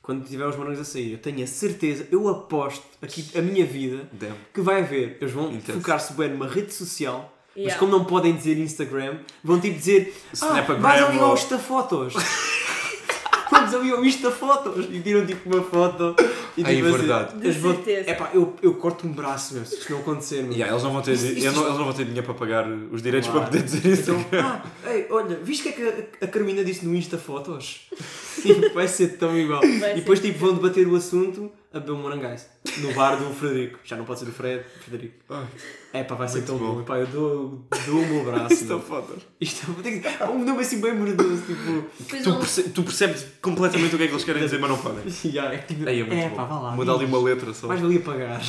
Speaker 2: quando tiver os morangos a sair. Eu tenho a certeza, eu aposto aqui a minha vida
Speaker 1: Damn.
Speaker 2: que vai haver. Eles vão
Speaker 1: Intenso.
Speaker 2: focar-se bem numa rede social, mas
Speaker 3: Yeah.
Speaker 2: como não podem dizer Instagram, vão tipo dizer ah,
Speaker 1: Snapgram
Speaker 2: vais ali
Speaker 1: ou-
Speaker 2: ao Instafotos. Vamos ali ao Instafotos e tiram tipo uma foto e
Speaker 1: Ai,
Speaker 2: tipo
Speaker 1: verdade.
Speaker 3: De
Speaker 2: eles vão-
Speaker 3: certeza.
Speaker 2: Epá, eu, eu corto um braço mesmo, se isto não acontecer. Mesmo.
Speaker 1: Yeah, eles, não vão ter,
Speaker 2: Isto- isto-
Speaker 1: eu não- eles não vão ter dinheiro para pagar os direitos
Speaker 2: Claro.
Speaker 1: para poder dizer isso.
Speaker 2: Então, ah, ei, olha, viste o que é que a, a Carmina disse no Insta Fotos? Sim, vai ser tão igual.
Speaker 3: ser
Speaker 2: e depois tipo, vão debater o assunto a beber um morangais no bar do Frederico. Já não pode ser do Fred, Frederico.
Speaker 1: Ai,
Speaker 2: É pá, vai ser
Speaker 1: Muito
Speaker 2: tão
Speaker 1: bom. é
Speaker 2: bom. Epá, eu dou, dou o meu braço.
Speaker 1: Insta
Speaker 2: meu.
Speaker 1: fotos.
Speaker 2: Isto é- tem que ser- um nome assim bem mordoso, tipo.
Speaker 3: Depois
Speaker 1: é Tu,
Speaker 3: vão-
Speaker 1: perce- tu percebes completamente o que é que eles querem dizer, mas não podem.
Speaker 2: Yeah, é tipo,
Speaker 1: Aí é muito
Speaker 2: pá, vá
Speaker 1: bom.
Speaker 2: lá.
Speaker 1: Muda ali uma letra só.
Speaker 2: Mais valia pagar.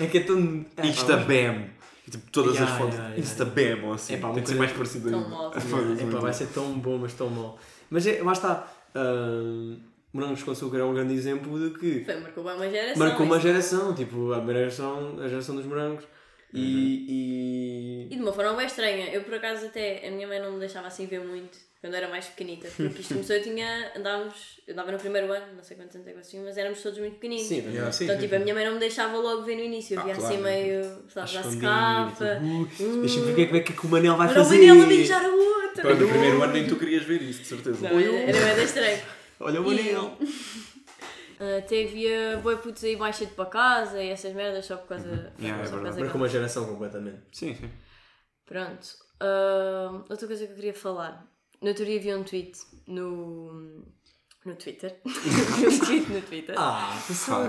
Speaker 2: É que é tão. é, pá, vai-
Speaker 1: Instabam. E, Tipo, todas
Speaker 2: Yeah,
Speaker 1: as fontes.
Speaker 2: yeah, yeah.
Speaker 1: Instabam ou assim.
Speaker 2: É pá, uma
Speaker 1: Tem que ser
Speaker 2: coisa-
Speaker 1: mais parecido
Speaker 3: Tão
Speaker 1: ainda.
Speaker 3: mal.
Speaker 1: É, foda-se,
Speaker 2: É,
Speaker 1: muito
Speaker 2: pá, vai
Speaker 1: bom.
Speaker 2: ser tão bom, mas tão mau. Mas é, lá está. ah, Morangos com açúcar é um grande exemplo de que
Speaker 3: Foi, marcou bem uma geração.
Speaker 2: marcou uma
Speaker 3: É isso. né?
Speaker 2: geração, tipo, a primeira geração, a geração dos morangos. Uhum. E.
Speaker 3: E de uma forma bem estranha. Eu por acaso até a minha mãe não me deixava assim ver muito quando era mais pequenita. Porque isto começou, eu tinha. andávamos. Eu andava no primeiro ano, não sei quantos anos é que eu tinha, mas éramos todos muito
Speaker 2: e...
Speaker 3: pequeninos.
Speaker 2: Sim,
Speaker 1: Yeah.
Speaker 2: sim.
Speaker 3: então, tipo, a minha mãe não me deixava logo ver no início. Eu
Speaker 1: Ah,
Speaker 3: via
Speaker 1: claro,
Speaker 3: assim
Speaker 1: né?
Speaker 3: meio. Estava já se capa.
Speaker 2: Deixa-me ver o que é que- o que, é que o Manel vai
Speaker 3: Era Hum. o
Speaker 2: fazer.
Speaker 3: Manel a beijar o outro.
Speaker 1: Pá, no primeiro ano um. nem tu querias ver isso, de certeza.
Speaker 3: Não, era era bem estranho.
Speaker 2: Olha o Manel.
Speaker 3: Ah, Até havia boi putos aí mais cedo para casa e essas merdas só por causa.
Speaker 1: Yeah, é
Speaker 3: só
Speaker 1: verdade.
Speaker 3: por causa
Speaker 2: Marcou
Speaker 3: da-
Speaker 2: uma geração completamente.
Speaker 1: Sim, sim.
Speaker 3: Pronto. Ah, outra coisa que eu queria falar. No outro dia vi um tweet no. no Twitter. vi um tweet no Twitter.
Speaker 2: Ah,
Speaker 1: pensava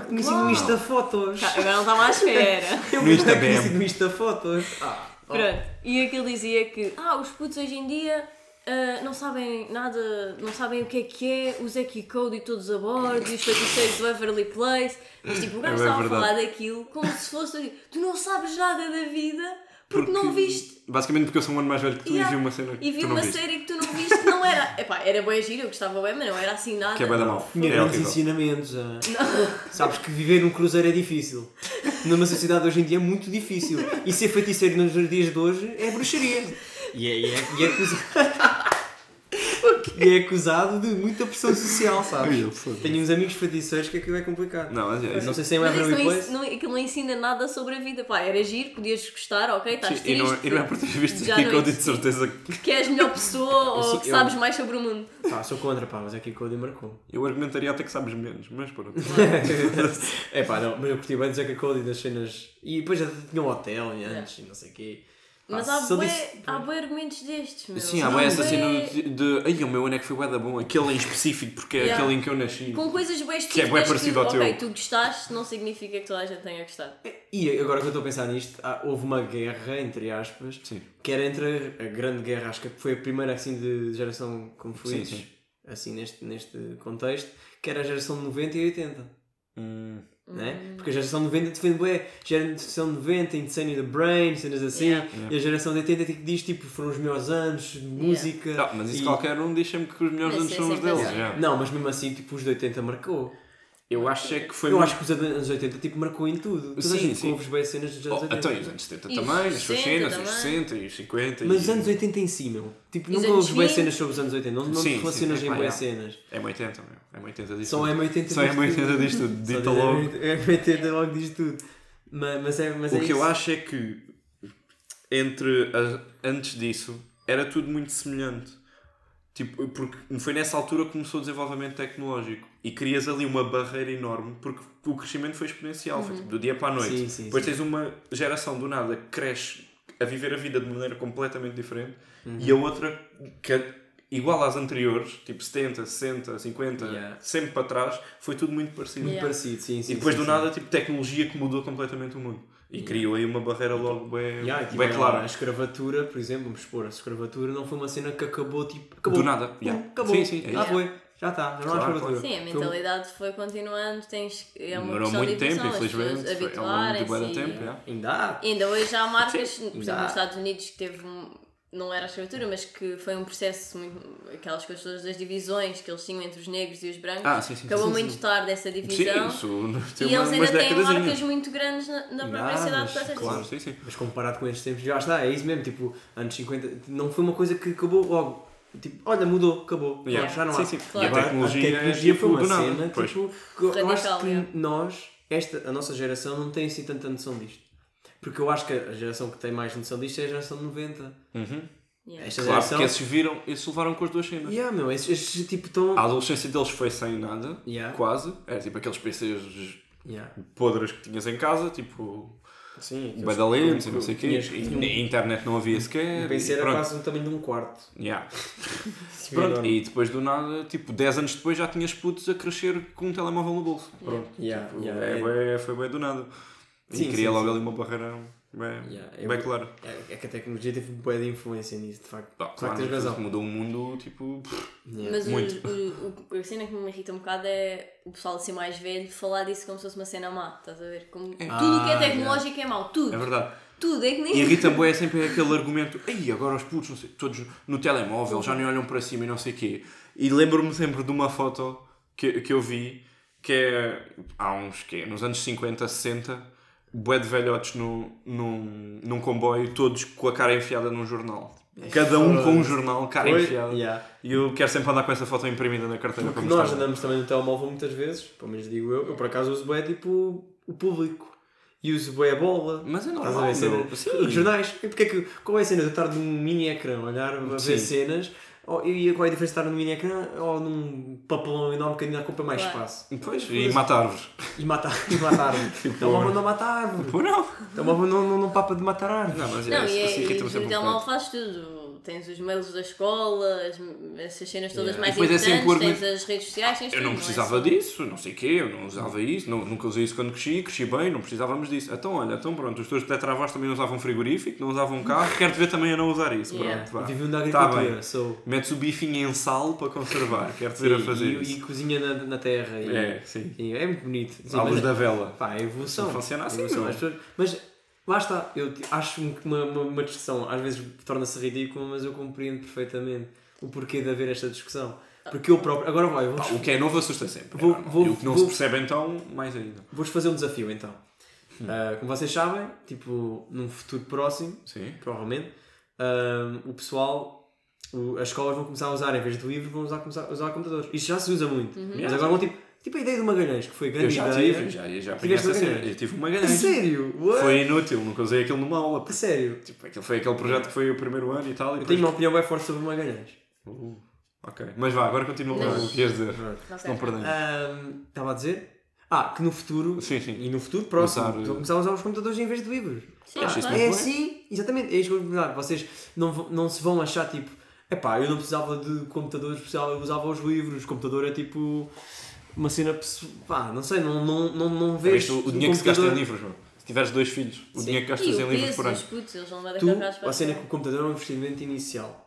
Speaker 2: pensava
Speaker 1: que
Speaker 2: que tinha
Speaker 1: tinha sido no
Speaker 2: no Insta Fotos.
Speaker 3: Cá, Agora não estava à espera.
Speaker 2: Eu pensava
Speaker 1: No
Speaker 2: que
Speaker 1: Instagram.
Speaker 2: tinha sido no Insta Fotos. é Ah, oh.
Speaker 3: Pronto. E aquilo dizia que. Ah, os putos hoje em dia. ah, não sabem nada, não sabem o que é que é, os Eki Code e todos a bordo, e os feiticeiros do Everly Place. Mas tipo, o gajo
Speaker 1: É bem
Speaker 3: estava a falar
Speaker 1: verdade.
Speaker 3: daquilo como se fosse. tipo, Tu não sabes nada da vida porque, não viste
Speaker 1: Basicamente porque eu sou um ano mais velho que tu
Speaker 3: Yeah.
Speaker 1: e vi uma cena que
Speaker 3: E vi
Speaker 1: tu não
Speaker 3: uma
Speaker 1: viste.
Speaker 3: série que tu não viste, não era. Epá, era boa gira, eu gostava bem, mas não era assim nada.
Speaker 1: Que é bué da mal.
Speaker 2: Tinha
Speaker 1: É
Speaker 2: grandes
Speaker 1: horrível.
Speaker 2: ensinamentos. ah. Sabes que viver num cruzeiro é difícil. Numa sociedade hoje em dia é muito difícil. E ser feiticeiro nos dias de hoje é bruxaria. E é, e é, e é acusado. E é acusado de muita pressão social, sabes?
Speaker 1: Ai, eu sou-
Speaker 2: Tenho uns amigos feiticeiros que aquilo é complicado.
Speaker 1: Não, mas é
Speaker 2: Não
Speaker 1: isso.
Speaker 2: sei se é um
Speaker 3: Mas isso
Speaker 2: Everly
Speaker 3: não, ens-
Speaker 2: Place.
Speaker 3: não, aquilo não ensina nada sobre a vida. Pá, era giro, podias gostar, ok, estás
Speaker 1: E
Speaker 3: triste,
Speaker 1: não, e não é por ter visto
Speaker 3: Já
Speaker 1: aqui
Speaker 3: não
Speaker 1: que eu digo de
Speaker 3: existe.
Speaker 1: certeza que.
Speaker 3: que és melhor pessoa
Speaker 2: Eu
Speaker 3: ou
Speaker 2: sou-
Speaker 3: que
Speaker 2: eu-
Speaker 3: sabes mais sobre o mundo.
Speaker 2: Pá, sou contra, pá, mas é aquilo que o Cody marcou.
Speaker 1: Eu argumentaria até que sabes menos, mas pronto.
Speaker 2: é pá, não, mas eu curti bem do Jack Cody das cenas. E depois já tinha um hotel e antes e não sei o quê. Pá,
Speaker 3: É. Mas há
Speaker 2: só
Speaker 3: bué,
Speaker 2: disse-
Speaker 3: há bué argumentos destes, meu.
Speaker 1: Sim, há
Speaker 3: Não,
Speaker 1: bué essa
Speaker 3: bué-
Speaker 1: cena de, de. Ai, o meu ano é que foi bué da bom. Aquele em específico, porque é
Speaker 3: Yeah.
Speaker 1: aquele em que eu nasci.
Speaker 3: Com coisas bem
Speaker 1: Que é bué
Speaker 3: específicas
Speaker 1: parecido ao
Speaker 3: ok,
Speaker 1: teu.
Speaker 3: tu gostaste, não significa que toda a gente tenha gostado.
Speaker 2: E agora que eu estou a pensar nisto, há- houve uma guerra, entre aspas,
Speaker 1: Sim.
Speaker 2: que era entre a, a grande guerra, acho que foi a primeira assim de geração com fluidos,
Speaker 1: Sim, sim.
Speaker 2: assim neste, neste contexto, que era a geração de 90 e 80.
Speaker 1: Hum,
Speaker 2: Né? Porque a geração de 90 defende bué, geração de 90, Insanity the Brain, cenas assim,
Speaker 3: Yeah.
Speaker 1: Yeah.
Speaker 2: e a geração de 80 tipo, diz tipo, foram os melhores anos de música.
Speaker 1: Ah, mas isso
Speaker 2: e-
Speaker 1: qualquer um diz sempre que os melhores
Speaker 3: Mas
Speaker 1: anos
Speaker 3: é
Speaker 1: são os
Speaker 3: sempre
Speaker 1: deles.
Speaker 3: assim.
Speaker 1: já.
Speaker 2: Não, mas mesmo assim, tipo, os de 80 marcou.
Speaker 1: Eu acho é que foi
Speaker 2: Eu
Speaker 1: muito-
Speaker 2: acho que os anos 80 tipo, marcou em tudo. Toda
Speaker 1: Sim,
Speaker 2: a gente
Speaker 1: sim.
Speaker 2: ouve bem cenas dos anos
Speaker 1: Oh,
Speaker 2: 80.
Speaker 1: então, e os anos 70
Speaker 3: E os
Speaker 1: também, as suas
Speaker 3: 60
Speaker 1: cenas, os
Speaker 3: também.
Speaker 1: 60 e os 50.
Speaker 2: Mas os
Speaker 1: e...
Speaker 2: anos 80 em si, meu. Tipo,
Speaker 3: E os
Speaker 2: nunca
Speaker 3: anos
Speaker 2: ouves boas
Speaker 3: 20?
Speaker 2: cenas sobre os anos 80. Não, não
Speaker 1: Sim,
Speaker 2: te relacionas
Speaker 1: sim,
Speaker 2: em
Speaker 1: epá,
Speaker 2: boas
Speaker 1: já.
Speaker 2: cenas.
Speaker 1: É 80, meu. É 80 disto
Speaker 2: Só é
Speaker 1: tudo.
Speaker 2: 80
Speaker 1: Só é 80 disto tudo. Dita logo.
Speaker 2: É 80 logo disto tudo. Mas, mas é, mas
Speaker 1: O
Speaker 2: é
Speaker 1: que
Speaker 2: isso.
Speaker 1: eu acho é que entre as- antes disso era tudo muito semelhante. Tipo, porque foi nessa altura que começou o desenvolvimento tecnológico e crias ali uma barreira enorme porque o crescimento foi exponencial, foi tipo, do dia para a noite.
Speaker 2: Sim, sim,
Speaker 1: Depois
Speaker 2: sim.
Speaker 1: tens uma geração do nada que cresce a viver a vida de maneira completamente diferente
Speaker 2: Uhum.
Speaker 1: e a outra que é igual às anteriores, tipo 70, 60, 50,
Speaker 2: Yeah.
Speaker 1: sempre para trás, foi tudo muito parecido.
Speaker 2: Muito parecido, sim, sim.
Speaker 1: E depois
Speaker 2: sim,
Speaker 1: do
Speaker 2: sim.
Speaker 1: nada, tipo, tecnologia que mudou completamente o mundo. E criou aí uma barreira logo bem,
Speaker 2: Yeah, tipo,
Speaker 1: bem
Speaker 2: A
Speaker 1: clara.
Speaker 2: escravatura, por exemplo, vamos expor, a escravatura não foi uma cena que acabou tipo. Acabou.
Speaker 1: Do nada.
Speaker 2: Pum,
Speaker 1: yeah.
Speaker 2: Acabou.
Speaker 1: Sim, sim, é
Speaker 2: ah,
Speaker 1: isso.
Speaker 2: foi. Já está, já não há
Speaker 1: Claro,
Speaker 2: escravatura.
Speaker 3: Sim, a
Speaker 2: Foi um-
Speaker 3: mentalidade foi continuando, tens, é uma
Speaker 1: Demorou
Speaker 3: questão
Speaker 1: muito
Speaker 3: de
Speaker 1: tempo,
Speaker 3: evolução, as
Speaker 1: infelizmente.
Speaker 3: pessoas
Speaker 1: Foi, é um longo de bué
Speaker 3: habituarem-se
Speaker 1: de
Speaker 3: e-
Speaker 1: tempo, já.
Speaker 2: Ainda há.
Speaker 3: Ainda hoje há marcas, por
Speaker 2: ainda
Speaker 3: exemplo,
Speaker 2: há.
Speaker 3: nos Estados Unidos, que teve um- não era a escravatura, mas que foi um processo muito. aquelas coisas todas das divisões que eles tinham entre os negros e os brancos.
Speaker 1: Ah, sim, sim,
Speaker 3: Acabou
Speaker 1: sim, sim.
Speaker 3: muito tarde essa
Speaker 1: Sim,
Speaker 3: divisão.
Speaker 1: isso
Speaker 3: e
Speaker 1: tem uma,
Speaker 3: eles
Speaker 1: umas
Speaker 3: ainda têm
Speaker 1: décadas.
Speaker 3: marcas muito grandes na, na
Speaker 2: Ainda
Speaker 3: própria
Speaker 2: há,
Speaker 3: cidade
Speaker 2: mas
Speaker 3: por causa disso.
Speaker 1: Claro, sim, sim.
Speaker 2: Mas comparado com estes tempos, já está, é isso mesmo. Tipo, anos 50, não foi uma coisa que acabou logo. Tipo, olha, mudou, acabou.
Speaker 1: Yeah.
Speaker 2: Já não há.
Speaker 1: Sim, sim.
Speaker 3: Claro.
Speaker 1: E a tecnologia,
Speaker 2: a
Speaker 1: é,
Speaker 2: tecnologia
Speaker 1: tipo,
Speaker 2: foi uma
Speaker 1: do nada.
Speaker 2: cena
Speaker 1: Pois.
Speaker 2: tipo, que eu acho
Speaker 3: Radical,
Speaker 2: que
Speaker 3: yeah.
Speaker 2: nós, esta, a nossa geração, não tem assim tanta noção disto. Porque eu acho que a geração que tem mais noção disto é a geração de 90.
Speaker 1: Uhum.
Speaker 3: Yeah.
Speaker 2: Esta
Speaker 1: Claro,
Speaker 2: geração.
Speaker 1: porque esses viram, esses levaram com as duas cenas.
Speaker 2: Yeah, meu, esses, esses, tipo tão.
Speaker 1: A adolescência deles foi sem nada,
Speaker 2: Yeah.
Speaker 1: quase. Era tipo aqueles PCs
Speaker 2: Yeah.
Speaker 1: podres que tinhas em casa, tipo
Speaker 2: Sim,
Speaker 1: badalentes e não sei o quê.
Speaker 2: Tinhas que tinha um-
Speaker 1: E internet não havia sequer.
Speaker 2: O PC
Speaker 1: e
Speaker 2: era
Speaker 1: pronto.
Speaker 2: quase do tamanho de um quarto.
Speaker 1: Yeah.
Speaker 2: Sim,
Speaker 1: Pronto,
Speaker 2: enorme.
Speaker 1: e depois do nada, tipo 10 anos depois já tinhas putos a crescer com um telemóvel no bolso. Pronto.
Speaker 2: Yeah,
Speaker 1: Tipo,
Speaker 2: yeah,
Speaker 1: é
Speaker 2: é-
Speaker 1: bué- foi bem do nada.
Speaker 2: Sim,
Speaker 1: e cria
Speaker 2: sim,
Speaker 1: logo
Speaker 2: sim.
Speaker 1: ali uma barreira bem,
Speaker 2: Yeah,
Speaker 1: bem
Speaker 2: eu-
Speaker 1: clara.
Speaker 2: É, é que a tecnologia teve um boa de influência nisso, de facto.
Speaker 1: Pá,
Speaker 2: de facto,
Speaker 1: claro,
Speaker 2: tens
Speaker 1: isso
Speaker 2: razão.
Speaker 1: mudou o mundo, tipo. pff,
Speaker 2: Yeah.
Speaker 3: Mas o-
Speaker 1: Muito.
Speaker 3: o- o- a cena que me irrita um bocado é o pessoal assim mais velho falar disso como se fosse uma cena má, estás a ver? Como, tudo o que
Speaker 2: Ah,
Speaker 3: é tecnológico é mau, tudo.
Speaker 1: É verdade.
Speaker 3: Tudo, é que nem.
Speaker 1: E irrita bué sempre aquele argumento, ei, agora os putos, não sei, todos no telemóvel, já nem olham para cima e não sei o quê. E lembro-me sempre de uma foto que, que eu vi, que é há uns, que nos anos 50, 60, bué de velhotes no, num, num comboio, todos com a cara enfiada num jornal. Cada um com um jornal, cara
Speaker 2: É Foi-
Speaker 1: enfiada.
Speaker 2: yeah.
Speaker 1: E eu quero sempre andar com essa foto imprimida na carteira
Speaker 2: Porque
Speaker 1: para
Speaker 2: nós
Speaker 1: mostrar.
Speaker 2: andamos também no telemóvel muitas vezes, pelo menos digo eu, eu por acaso uso bué tipo o público. E uso bué a bola.
Speaker 1: Mas é
Speaker 2: Estás
Speaker 1: normal,
Speaker 2: a ver
Speaker 1: meu.
Speaker 2: cenas?
Speaker 1: Sim.
Speaker 2: Os jornais. E porque é que, qual é a cena de eu estar num mini ecrã, a olhar a ver
Speaker 1: Sim.
Speaker 2: cenas, ou, e qual é a diferença de estar num mini ecrã ou num papelão enorme que ainda ocupa mais
Speaker 3: Claro.
Speaker 2: espaço?
Speaker 1: Pois, e mata árvores.
Speaker 2: E matar, e matar. Telemóvel não mata árvore.
Speaker 1: Ou não?
Speaker 2: Telemóvel não, não, não papa de matar árvore.
Speaker 1: Não, mas é,
Speaker 3: Não,
Speaker 1: isso
Speaker 3: e, é, e
Speaker 1: irrita-me
Speaker 3: o
Speaker 1: sempre um
Speaker 3: telemóvel
Speaker 1: bocado.
Speaker 3: faz tudo. Tens os mails da escola, as- essas cenas todas
Speaker 2: Yeah.
Speaker 3: mais
Speaker 1: E depois é
Speaker 3: importantes,
Speaker 1: sempre o argumento-
Speaker 3: tens as redes sociais, tens
Speaker 1: Eu
Speaker 3: tudo,
Speaker 1: não
Speaker 3: é
Speaker 1: precisava
Speaker 3: só-
Speaker 1: disso, não sei o quê, eu não usava isso, não- nunca usei isso quando cresci, cresci bem, não precisávamos disso. Então, olha, então pronto, os teus tetravós também não usavam frigorífico, não usavam carro, quero-te ver também a não usar isso.
Speaker 3: Yeah.
Speaker 1: Pronto, vá.
Speaker 2: Vivendo um da
Speaker 1: Tá
Speaker 2: agricultura,
Speaker 1: bem.
Speaker 2: sou.
Speaker 1: Metes o bifinho em sal para conservar, quero-te ver a
Speaker 2: Sim,
Speaker 1: fazer
Speaker 2: e,
Speaker 1: isso.
Speaker 2: e cozinha na, na terra. e-
Speaker 1: É, sim.
Speaker 2: e é muito bonito. Sim,
Speaker 1: À
Speaker 2: mas-
Speaker 1: luz da vela.
Speaker 2: Pá, é evolução.
Speaker 1: Não funciona assim,
Speaker 2: Evolução.
Speaker 1: não é?
Speaker 2: As pessoas- Mas lá está, eu te- acho um que uma, uma, uma discussão às vezes torna-se ridícula, mas eu compreendo perfeitamente o porquê de haver esta discussão. Porque eu próprio. Agora vai, vou,
Speaker 1: Pá, o que é novo assusta sempre. é
Speaker 2: Vou-
Speaker 1: normal.
Speaker 2: vou-
Speaker 1: e o que não
Speaker 2: vou-
Speaker 1: se percebe então, mais ainda.
Speaker 2: vos fazer um desafio então.
Speaker 1: Hum.
Speaker 2: Ah, como vocês sabem, tipo, num futuro próximo,
Speaker 1: Sim.
Speaker 2: provavelmente, ah, o pessoal, o- as escolas vão começar a usar, em vez de livros, vão usar, começar a usar computadores. Isto já se usa muito. Mas agora vão tipo, tipo a ideia do Magalhães, que foi grande
Speaker 1: Eu já
Speaker 2: ideia.
Speaker 1: tive, já, eu já apanhei
Speaker 2: Tiveste
Speaker 1: essa cena.
Speaker 2: Magalhães?
Speaker 1: Eu tive uma
Speaker 2: A
Speaker 1: galhães.
Speaker 2: sério? What?
Speaker 1: Foi inútil, nunca usei aquilo numa aula.
Speaker 2: A sério?
Speaker 1: Tipo, aquele foi aquele projeto que foi o primeiro ano e tal. E
Speaker 2: Eu
Speaker 1: depois...
Speaker 2: tenho uma opinião bem forte sobre o Magalhães.
Speaker 1: Uh, ok. Mas vá, agora continua
Speaker 3: Não.
Speaker 1: o que ias dizer.
Speaker 3: Não sei.
Speaker 1: Não perdemos.
Speaker 2: Ah, Ahm, Estava a dizer? Ah, que no futuro.
Speaker 1: Sim, sim.
Speaker 2: E no futuro próximo,
Speaker 1: Usar,
Speaker 2: vão começar a usar os computadores em vez de livros.
Speaker 3: Sim,
Speaker 1: Acho isso
Speaker 3: claro.
Speaker 2: É
Speaker 1: bem.
Speaker 2: assim, exatamente. É isso que eu vou perguntar. Vocês não, vão- não se vão achar tipo, epá, eu não precisava de computadores, precisava, eu usava os livros. O computador é tipo uma cena. pesso- pá, não sei, não, não, não, não
Speaker 1: Por
Speaker 2: vejo.
Speaker 1: isto, Tá o
Speaker 2: no
Speaker 1: dinheiro que se gasta em
Speaker 2: um computador-
Speaker 1: livros, meu. Se tiveres dois filhos, o
Speaker 2: Sim.
Speaker 1: dinheiro que gastas
Speaker 3: E
Speaker 1: em
Speaker 3: o
Speaker 1: livros
Speaker 3: peso
Speaker 1: por ano
Speaker 3: dos putos, eles não vão deixar cá
Speaker 2: Tu, a cena que o computador é um investimento inicial.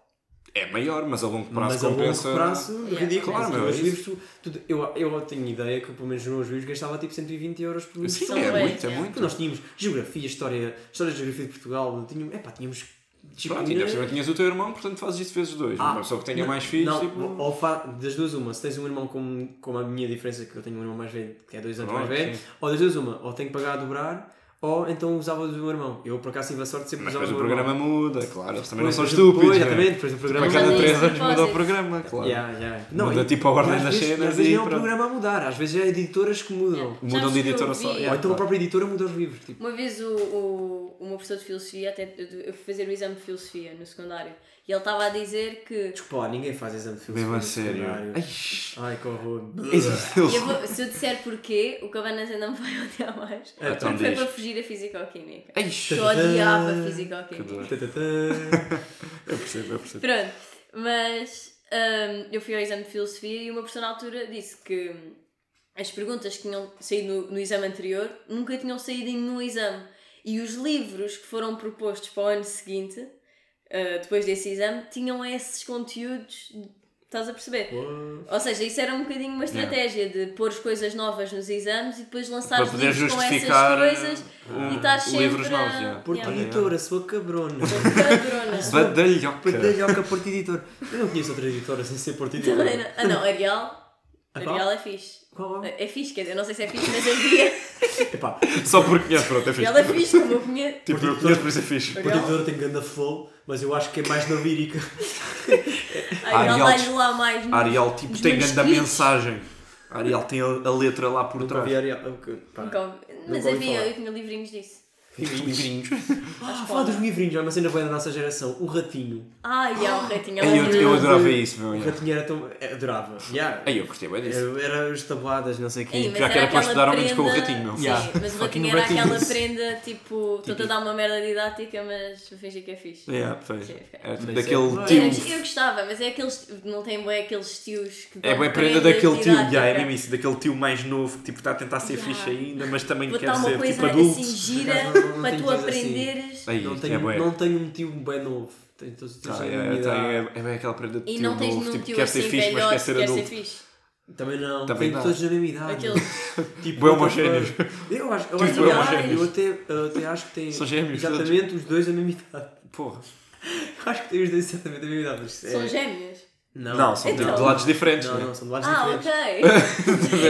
Speaker 1: é maior, mas a longo prazo
Speaker 2: mas a longo
Speaker 1: compensa.
Speaker 2: prazo,
Speaker 3: Yeah.
Speaker 2: ridículo.
Speaker 1: Claro,
Speaker 2: Claro,
Speaker 1: meu, é
Speaker 2: meus
Speaker 1: isso.
Speaker 2: livros, tu, tu- eu, eu tenho ideia que pelo menos nos meus livros gastava tipo 120 euros por mês.
Speaker 1: Sim,
Speaker 3: São
Speaker 1: é
Speaker 3: bem,
Speaker 1: muito, é
Speaker 3: é.
Speaker 1: muito.
Speaker 2: Nós tínhamos geografia, história, história de geografia de Portugal, tínhamos, epá, tínhamos
Speaker 1: Pronto, e
Speaker 2: disciplina-
Speaker 1: ainda por cima tinhas o teu irmão, portanto fazes isso vezes dois.
Speaker 2: Ah,
Speaker 1: Tipo, uma pessoa que tenha
Speaker 2: não,
Speaker 1: mais filhos,
Speaker 2: não,
Speaker 1: tipo.
Speaker 2: ou fa- das duas uma, se tens um irmão com, com a minha diferença, que eu tenho um irmão mais velho, que é dois anos
Speaker 1: Ah,
Speaker 2: mais velho,
Speaker 1: sim.
Speaker 2: ou das duas uma, ou tenho que pagar a dobrar, ou então usava o do meu irmão. Eu por acaso tive a sorte de sempre
Speaker 1: Mas
Speaker 2: usar
Speaker 1: depois
Speaker 2: do
Speaker 1: o
Speaker 2: meu
Speaker 1: programa
Speaker 2: irmão.
Speaker 1: muda, claro. Eles também não
Speaker 2: Pois,
Speaker 1: são
Speaker 2: depois-
Speaker 1: estúpidos. né?
Speaker 2: Exatamente, depois do
Speaker 1: Tipo,
Speaker 2: programa. é
Speaker 1: a cada
Speaker 3: Mas
Speaker 1: três
Speaker 3: isso
Speaker 1: anos muda o
Speaker 3: propósito.
Speaker 1: programa, claro.
Speaker 2: Yeah, yeah.
Speaker 1: Muda,
Speaker 2: e-
Speaker 1: tipo, a ordem
Speaker 2: e às
Speaker 1: das
Speaker 2: vezes-
Speaker 1: cenas
Speaker 2: Às vezes
Speaker 1: e
Speaker 2: não é o
Speaker 1: pronto.
Speaker 2: programa a mudar, às vezes é editoras que mudam.
Speaker 3: Yeah.
Speaker 1: Mudam de
Speaker 3: Sabes que eu
Speaker 1: editora só.
Speaker 3: vi-
Speaker 1: yeah,
Speaker 2: Ou então a
Speaker 1: claro.
Speaker 2: própria editora muda os livros. Tipo,
Speaker 3: Uma vez o, o, o meu professor de filosofia, até eu eu fui fazer o exame de filosofia no secundário, e ele estava a dizer que.
Speaker 2: desculpa, lá, ninguém faz exame de filosofia.
Speaker 1: Mesmo a
Speaker 2: no
Speaker 1: sério.
Speaker 2: secundário. Ai, que horror.
Speaker 3: Eu vou- se eu disser porquê, o Cabanas ainda me vai odiar mais.
Speaker 1: Então
Speaker 3: Porque foi
Speaker 1: diz. É.
Speaker 3: para fugir a físico-química.
Speaker 1: Ai,
Speaker 3: Eu odiava
Speaker 1: que
Speaker 3: físico-química.
Speaker 1: dor.
Speaker 2: Tatatã.
Speaker 1: Eu percebo, eu percebo.
Speaker 3: Pronto, mas hum, eu fui ao exame de filosofia e uma pessoa na altura disse que hum, as perguntas que tinham saído no, no exame anterior nunca tinham saído em nenhum exame. E os livros que foram eh, propostos para o ano seguinte, uh, depois desse exame, tinham esses conteúdos. Estás a perceber? Ou seja, isso era um bocadinho uma estratégia de pôr as coisas novas nos exames e depois lançar
Speaker 1: Para
Speaker 3: os
Speaker 1: poder
Speaker 3: livros com
Speaker 1: justificar
Speaker 3: essas coisas
Speaker 1: um-
Speaker 3: e estar sempre
Speaker 1: livros novos,
Speaker 3: a...
Speaker 1: yeah.
Speaker 2: Porto
Speaker 1: Yeah.
Speaker 2: Editora, sua cabrona.
Speaker 3: Padrona.
Speaker 1: Badalhoca.
Speaker 2: Badalhoca Porto Editora. Eu não conheço outra editora sem ser Porto
Speaker 3: Também
Speaker 2: Editora.
Speaker 3: não- Ah não, Arial.
Speaker 2: A qual?
Speaker 3: Arial é fixe.
Speaker 2: Qual?
Speaker 3: É é fixe, quer dizer, eu não sei se é fixe, mas havia. É.
Speaker 2: Epá,
Speaker 1: Só porque conheço, pronto, é
Speaker 3: Ela é
Speaker 1: fixe.
Speaker 3: fixe, como eu conheço.
Speaker 1: Tipo, eu conheço, por isso é fixe.
Speaker 2: Porto Editora tem grande flow, mas eu acho que é mais navírica.
Speaker 3: Arial
Speaker 1: Arial-
Speaker 3: dá-lhe lá mais. não?
Speaker 1: Ariel, tipo,
Speaker 3: Os
Speaker 1: tem
Speaker 3: meus
Speaker 1: grande a
Speaker 3: queridos.
Speaker 1: mensagem. Ariel tem a, a letra lá por
Speaker 2: Nunca
Speaker 1: trás.
Speaker 2: vi Ariel. nunca- pá.
Speaker 3: Nunca ouvi- Mas
Speaker 2: Nunca ouvi
Speaker 3: havia,
Speaker 2: falar.
Speaker 3: eu tinha livrinhos disso.
Speaker 1: Tipo, Livrinhos.
Speaker 2: Ah, falar dos livrinhos, é uma cena boa da nossa geração. O Ratinho.
Speaker 3: Ai, ah, o ratinho.
Speaker 1: Ei, Eu, eu
Speaker 3: ela-
Speaker 1: adorava isso, meu.
Speaker 2: O
Speaker 1: yeah. é
Speaker 2: Ratinho era tão... é, Adorava. Yeah.
Speaker 1: Ei, eu curtia bem disso.
Speaker 2: Era, era as tabuadas, não sei o quê.
Speaker 3: Ei, mas
Speaker 1: Já que era para
Speaker 3: aquela
Speaker 1: estudar, ao menos com o
Speaker 3: prenda-
Speaker 1: ratinho, meu.
Speaker 3: Sim,
Speaker 2: Yeah.
Speaker 3: mas o
Speaker 1: Fucking
Speaker 3: ratinho era aquela
Speaker 1: ratinhos.
Speaker 3: prenda, tipo, estou a dar uma merda didática, mas vou fingir que é fixe.
Speaker 1: Yeah, pois.
Speaker 3: Sim, ok.
Speaker 1: Era tipo
Speaker 2: Mas
Speaker 1: daquele
Speaker 2: é-
Speaker 3: Eu,
Speaker 1: tio.
Speaker 3: eu gostava, mas é aqueles. Não tem bem aqueles tios que.
Speaker 1: É
Speaker 3: dão
Speaker 1: bem prenda daquele tio,
Speaker 3: didática.
Speaker 1: yeah, é mesmo isso, daquele tio mais novo que tipo, está a tentar ser
Speaker 3: Yeah.
Speaker 1: fixe ainda, mas também
Speaker 3: Vou
Speaker 1: quer
Speaker 3: dar uma
Speaker 1: ser
Speaker 3: coisa
Speaker 1: tipo adulto.
Speaker 3: assim gira
Speaker 2: Por acaso, não- não
Speaker 3: para
Speaker 2: tenho
Speaker 3: tu
Speaker 2: coisas assim.
Speaker 3: aprenderes
Speaker 1: Aí,
Speaker 2: Não
Speaker 1: é
Speaker 2: tenho,
Speaker 1: bué.
Speaker 2: não tenho um tio bem novo. Tenho todos os tios
Speaker 1: Ah,
Speaker 2: da
Speaker 1: é,
Speaker 2: minha
Speaker 1: é,
Speaker 2: idade.
Speaker 1: tem- é- é bem aquela prenda de
Speaker 3: e
Speaker 1: tio
Speaker 3: não tens
Speaker 1: novo,
Speaker 3: nenhum
Speaker 1: tipo,
Speaker 3: tio
Speaker 1: quer
Speaker 3: assim
Speaker 1: ser fixe, mas quer
Speaker 3: velhote
Speaker 1: ser
Speaker 3: que quer ser
Speaker 1: adulto.
Speaker 3: fixe.
Speaker 2: Também não.
Speaker 1: é. Também
Speaker 2: tenho
Speaker 1: dá.
Speaker 2: todos da minha idade.
Speaker 3: Aqueles.
Speaker 2: Tipo,
Speaker 1: Bué
Speaker 2: what the
Speaker 1: homogéneos.
Speaker 2: fuck? Eu acho, eu
Speaker 1: Tipo,
Speaker 2: acho
Speaker 3: bué
Speaker 2: que
Speaker 3: homogéneos.
Speaker 2: eu até, eu até acho que tem
Speaker 1: São gêmeos, todos.
Speaker 2: exatamente os dois da mesma idade.
Speaker 1: Porra.
Speaker 2: Eu acho que tem os dois exatamente da mesma idade. mas é-
Speaker 3: São gêmeos.
Speaker 2: Não,
Speaker 1: Não, são
Speaker 3: Então.
Speaker 1: tipo de lados diferentes,
Speaker 2: Não,
Speaker 1: né?
Speaker 2: não, são de lados
Speaker 3: Ah,
Speaker 2: diferentes.
Speaker 3: ok.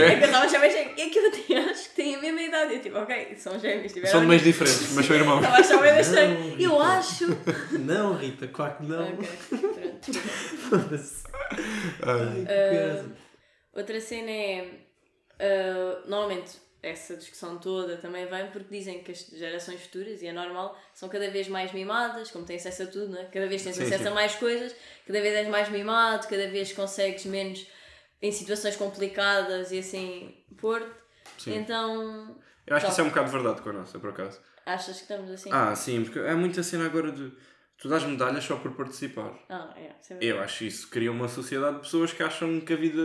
Speaker 3: é que eu estava a chamar gêmeos. É que eu até acho que têm a mesma idade. Eu tipo, ok, são gêmeos. tiveram
Speaker 1: São de meios
Speaker 3: ali.
Speaker 1: diferentes, mas são irmãos.
Speaker 3: Estava a chamar bem
Speaker 2: Não,
Speaker 3: estranho. Eu
Speaker 2: então.
Speaker 3: acho.
Speaker 2: Não, Rita, claro que não.
Speaker 3: Ok, pronto.
Speaker 2: Foda-se. Ai, que
Speaker 1: Tipo
Speaker 2: caralho.
Speaker 3: Ah, Outra cena é. ah, normalmente essa discussão toda também vem porque dizem que as gerações futuras, e é normal, são cada vez mais mimadas, como têm acesso a tudo, não é? cada vez tens
Speaker 1: Sim,
Speaker 3: acesso
Speaker 1: sim.
Speaker 3: a mais coisas, cada vez és mais mimado, cada vez consegues menos em situações complicadas e assim pôr-te.
Speaker 1: Sim.
Speaker 3: Então
Speaker 1: Eu acho que isso é
Speaker 3: Tá.
Speaker 1: um bocado verdade com a nossa, por acaso.
Speaker 3: achas que estamos assim?
Speaker 1: Ah, sim, porque é muita cena agora de tu dás medalhas só por participar.
Speaker 3: Ah, é, isso é verdade.
Speaker 1: Eu acho isso cria uma sociedade de pessoas que acham que a vida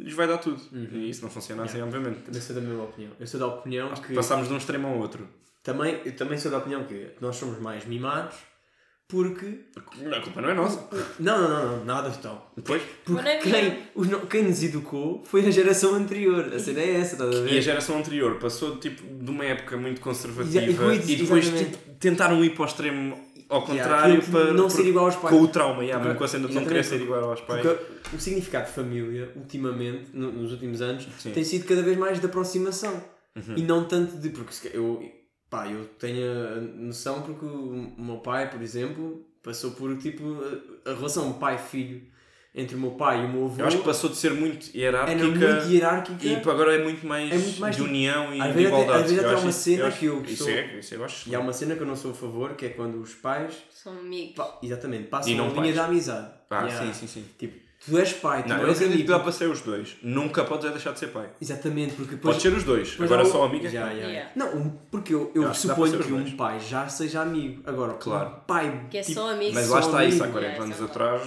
Speaker 1: lhes vai dar tudo.
Speaker 2: Uhum.
Speaker 1: E isso não funciona assim, obviamente.
Speaker 2: Também sou da mesma opinião. Eu sou da opinião que.
Speaker 1: Passámos de um extremo ao outro.
Speaker 2: Também, eu também sou da opinião que nós somos mais mimados porque.
Speaker 1: A culpa não é nossa.
Speaker 2: Não, não, não, não nada tal.
Speaker 1: Depois.
Speaker 3: Mas não
Speaker 2: Porque
Speaker 3: é
Speaker 2: quem, os no- quem nos educou foi a geração anterior. A cena é essa, estás a
Speaker 1: E a
Speaker 2: ver?
Speaker 1: geração anterior passou tipo, de uma época muito conservativa
Speaker 2: Exa- egoísta,
Speaker 1: e depois
Speaker 2: exatamente.
Speaker 1: tipo, tentaram ir para o extremo ao
Speaker 2: Yeah,
Speaker 1: contrário
Speaker 2: aquilo de
Speaker 1: para
Speaker 2: não ser
Speaker 1: porque-
Speaker 2: igual aos pais.
Speaker 1: Com o trauma, yeah,
Speaker 2: Porque-
Speaker 1: mesmo com a cena de não querer
Speaker 2: exatamente,
Speaker 1: ser igual aos pais.
Speaker 2: Porque o significado de família, ultimamente, no- nos últimos anos,
Speaker 1: Sim. Uhum.
Speaker 2: tem sido cada vez mais de aproximação. E não tanto de. Porque se ca- eu, pá, eu tenho a noção porque o meu pai, por exemplo, passou por tipo a, a relação pai-filho entre o meu pai e o meu avô.
Speaker 1: Eu acho que passou de ser muito
Speaker 2: era
Speaker 1: hierárquica.
Speaker 2: É, muito hierárquica.
Speaker 1: E agora é muito mais,
Speaker 2: É muito mais
Speaker 1: de
Speaker 2: tipo-
Speaker 1: união e
Speaker 2: às
Speaker 1: de
Speaker 2: vezes até-
Speaker 1: igualdade.
Speaker 2: às vezes
Speaker 1: Eu
Speaker 2: até há
Speaker 1: acho
Speaker 2: uma
Speaker 1: isso-
Speaker 2: cena
Speaker 1: acho-
Speaker 2: que eu
Speaker 1: isso
Speaker 2: sou-
Speaker 1: é, isso eu acho.
Speaker 2: E há uma cena que eu não sou a favor, que é quando os pais,
Speaker 3: São amigos.
Speaker 2: pá, exatamente, passam
Speaker 1: E
Speaker 2: a
Speaker 1: não
Speaker 2: linha
Speaker 1: pais.
Speaker 2: da amizade.
Speaker 1: Ah,
Speaker 2: Yeah.
Speaker 1: sim, sim, sim.
Speaker 2: Tipo, tu és pai, tu não,
Speaker 1: Não,
Speaker 2: tipo-
Speaker 1: eu
Speaker 2: és
Speaker 1: acredito que
Speaker 2: amigo.
Speaker 1: dá para ser os dois. Nunca podes é deixar de ser pai.
Speaker 2: Exatamente, porque depois...
Speaker 1: Podes ser os dois.
Speaker 2: depois
Speaker 1: Agora
Speaker 2: há é o-
Speaker 1: só amiga. é
Speaker 2: Já, já.
Speaker 3: Yeah.
Speaker 2: Não, um- porque eu, eu
Speaker 1: Eu acho que dá para
Speaker 2: suponho
Speaker 1: ser os
Speaker 2: que um
Speaker 1: dois.
Speaker 2: pai já seja amigo. Agora,
Speaker 1: Claro.
Speaker 2: um pai...
Speaker 3: Que é
Speaker 2: tipo-
Speaker 3: só amigo.
Speaker 1: Mas
Speaker 2: Só
Speaker 1: lá está isso, há
Speaker 2: amigo.
Speaker 1: 40
Speaker 3: Yeah,
Speaker 1: anos
Speaker 3: isso é
Speaker 1: atrás.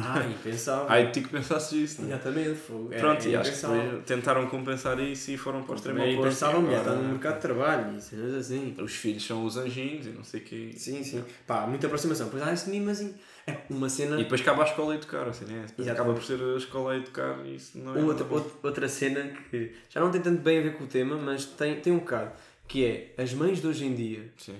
Speaker 2: Ai, impensável.
Speaker 1: Ai, tu que pensaste isso. Né?
Speaker 2: Exatamente, fogo. É-
Speaker 1: Pronto,
Speaker 2: é
Speaker 1: e acho que
Speaker 2: impensável.
Speaker 1: depois tentaram compensar isso e foram para o extremo
Speaker 2: Também é
Speaker 1: oposto.
Speaker 2: impensável, mulher,
Speaker 1: Agora,
Speaker 2: está no mercado de trabalho e cenas assim.
Speaker 1: Os filhos são os anjinhos e não sei o quê.
Speaker 2: Sim, sim. Pá, muita aproximação. Pois há esse mimazinho. É uma cena...
Speaker 1: E depois acaba a escola a educar, assim, né? Depois
Speaker 2: Exato.
Speaker 1: acaba por ser a escola a educar e isso não é.
Speaker 2: Outra,
Speaker 1: nada bom.
Speaker 2: outra, outra cena que já não tem tanto bem a ver com o tema, mas tem, tem um bocado, que é as mães de hoje em dia.
Speaker 1: Sim.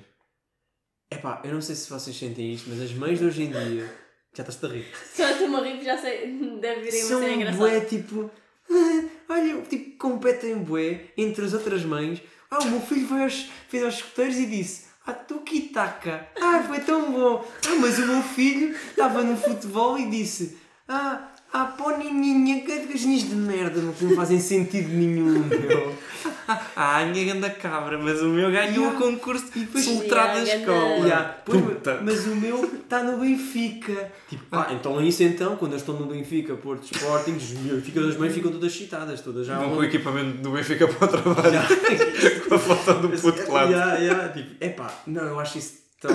Speaker 2: Epá, eu não sei se vocês sentem isto, mas as mães de hoje em dia. Já estás-te a rir.
Speaker 3: Só tu me rir, já sei. Deve vir aí uma
Speaker 2: São
Speaker 3: cena
Speaker 2: um
Speaker 3: engraçada.
Speaker 2: bué tipo. "Ah, Olha, tipo, competem bué entre as outras mães. Ah, o meu filho foi aos, fez aos escuteiros e disse. Ah, tu que taca! Ah, foi tão bom! Ah, mas o meu filho estava no futebol e disse. Ah, ah, pó nininha, gatinhos de merda, não- que não fazem sentido nenhum, meu.
Speaker 1: Ah, a minha ganda cabra, mas o meu ganhou
Speaker 2: Yeah.
Speaker 1: o concurso de
Speaker 2: depois-
Speaker 1: filtrado da
Speaker 3: Yeah, ganda-
Speaker 1: escola.
Speaker 2: Yeah, pois,
Speaker 1: Puta.
Speaker 2: mas o meu está no Benfica. Tipo, pá, então é isso então, quando eles estão no Benfica, Porto Sporting, os meus- ficam das mães ficam todas excitadas, todas já.
Speaker 1: Vão
Speaker 2: vão-
Speaker 1: com o equipamento do Benfica para o trabalho.
Speaker 2: Já.
Speaker 1: com a foto do puto claro.
Speaker 2: é, Yeah, yeah, tipo, epá, não, eu acho isso tão.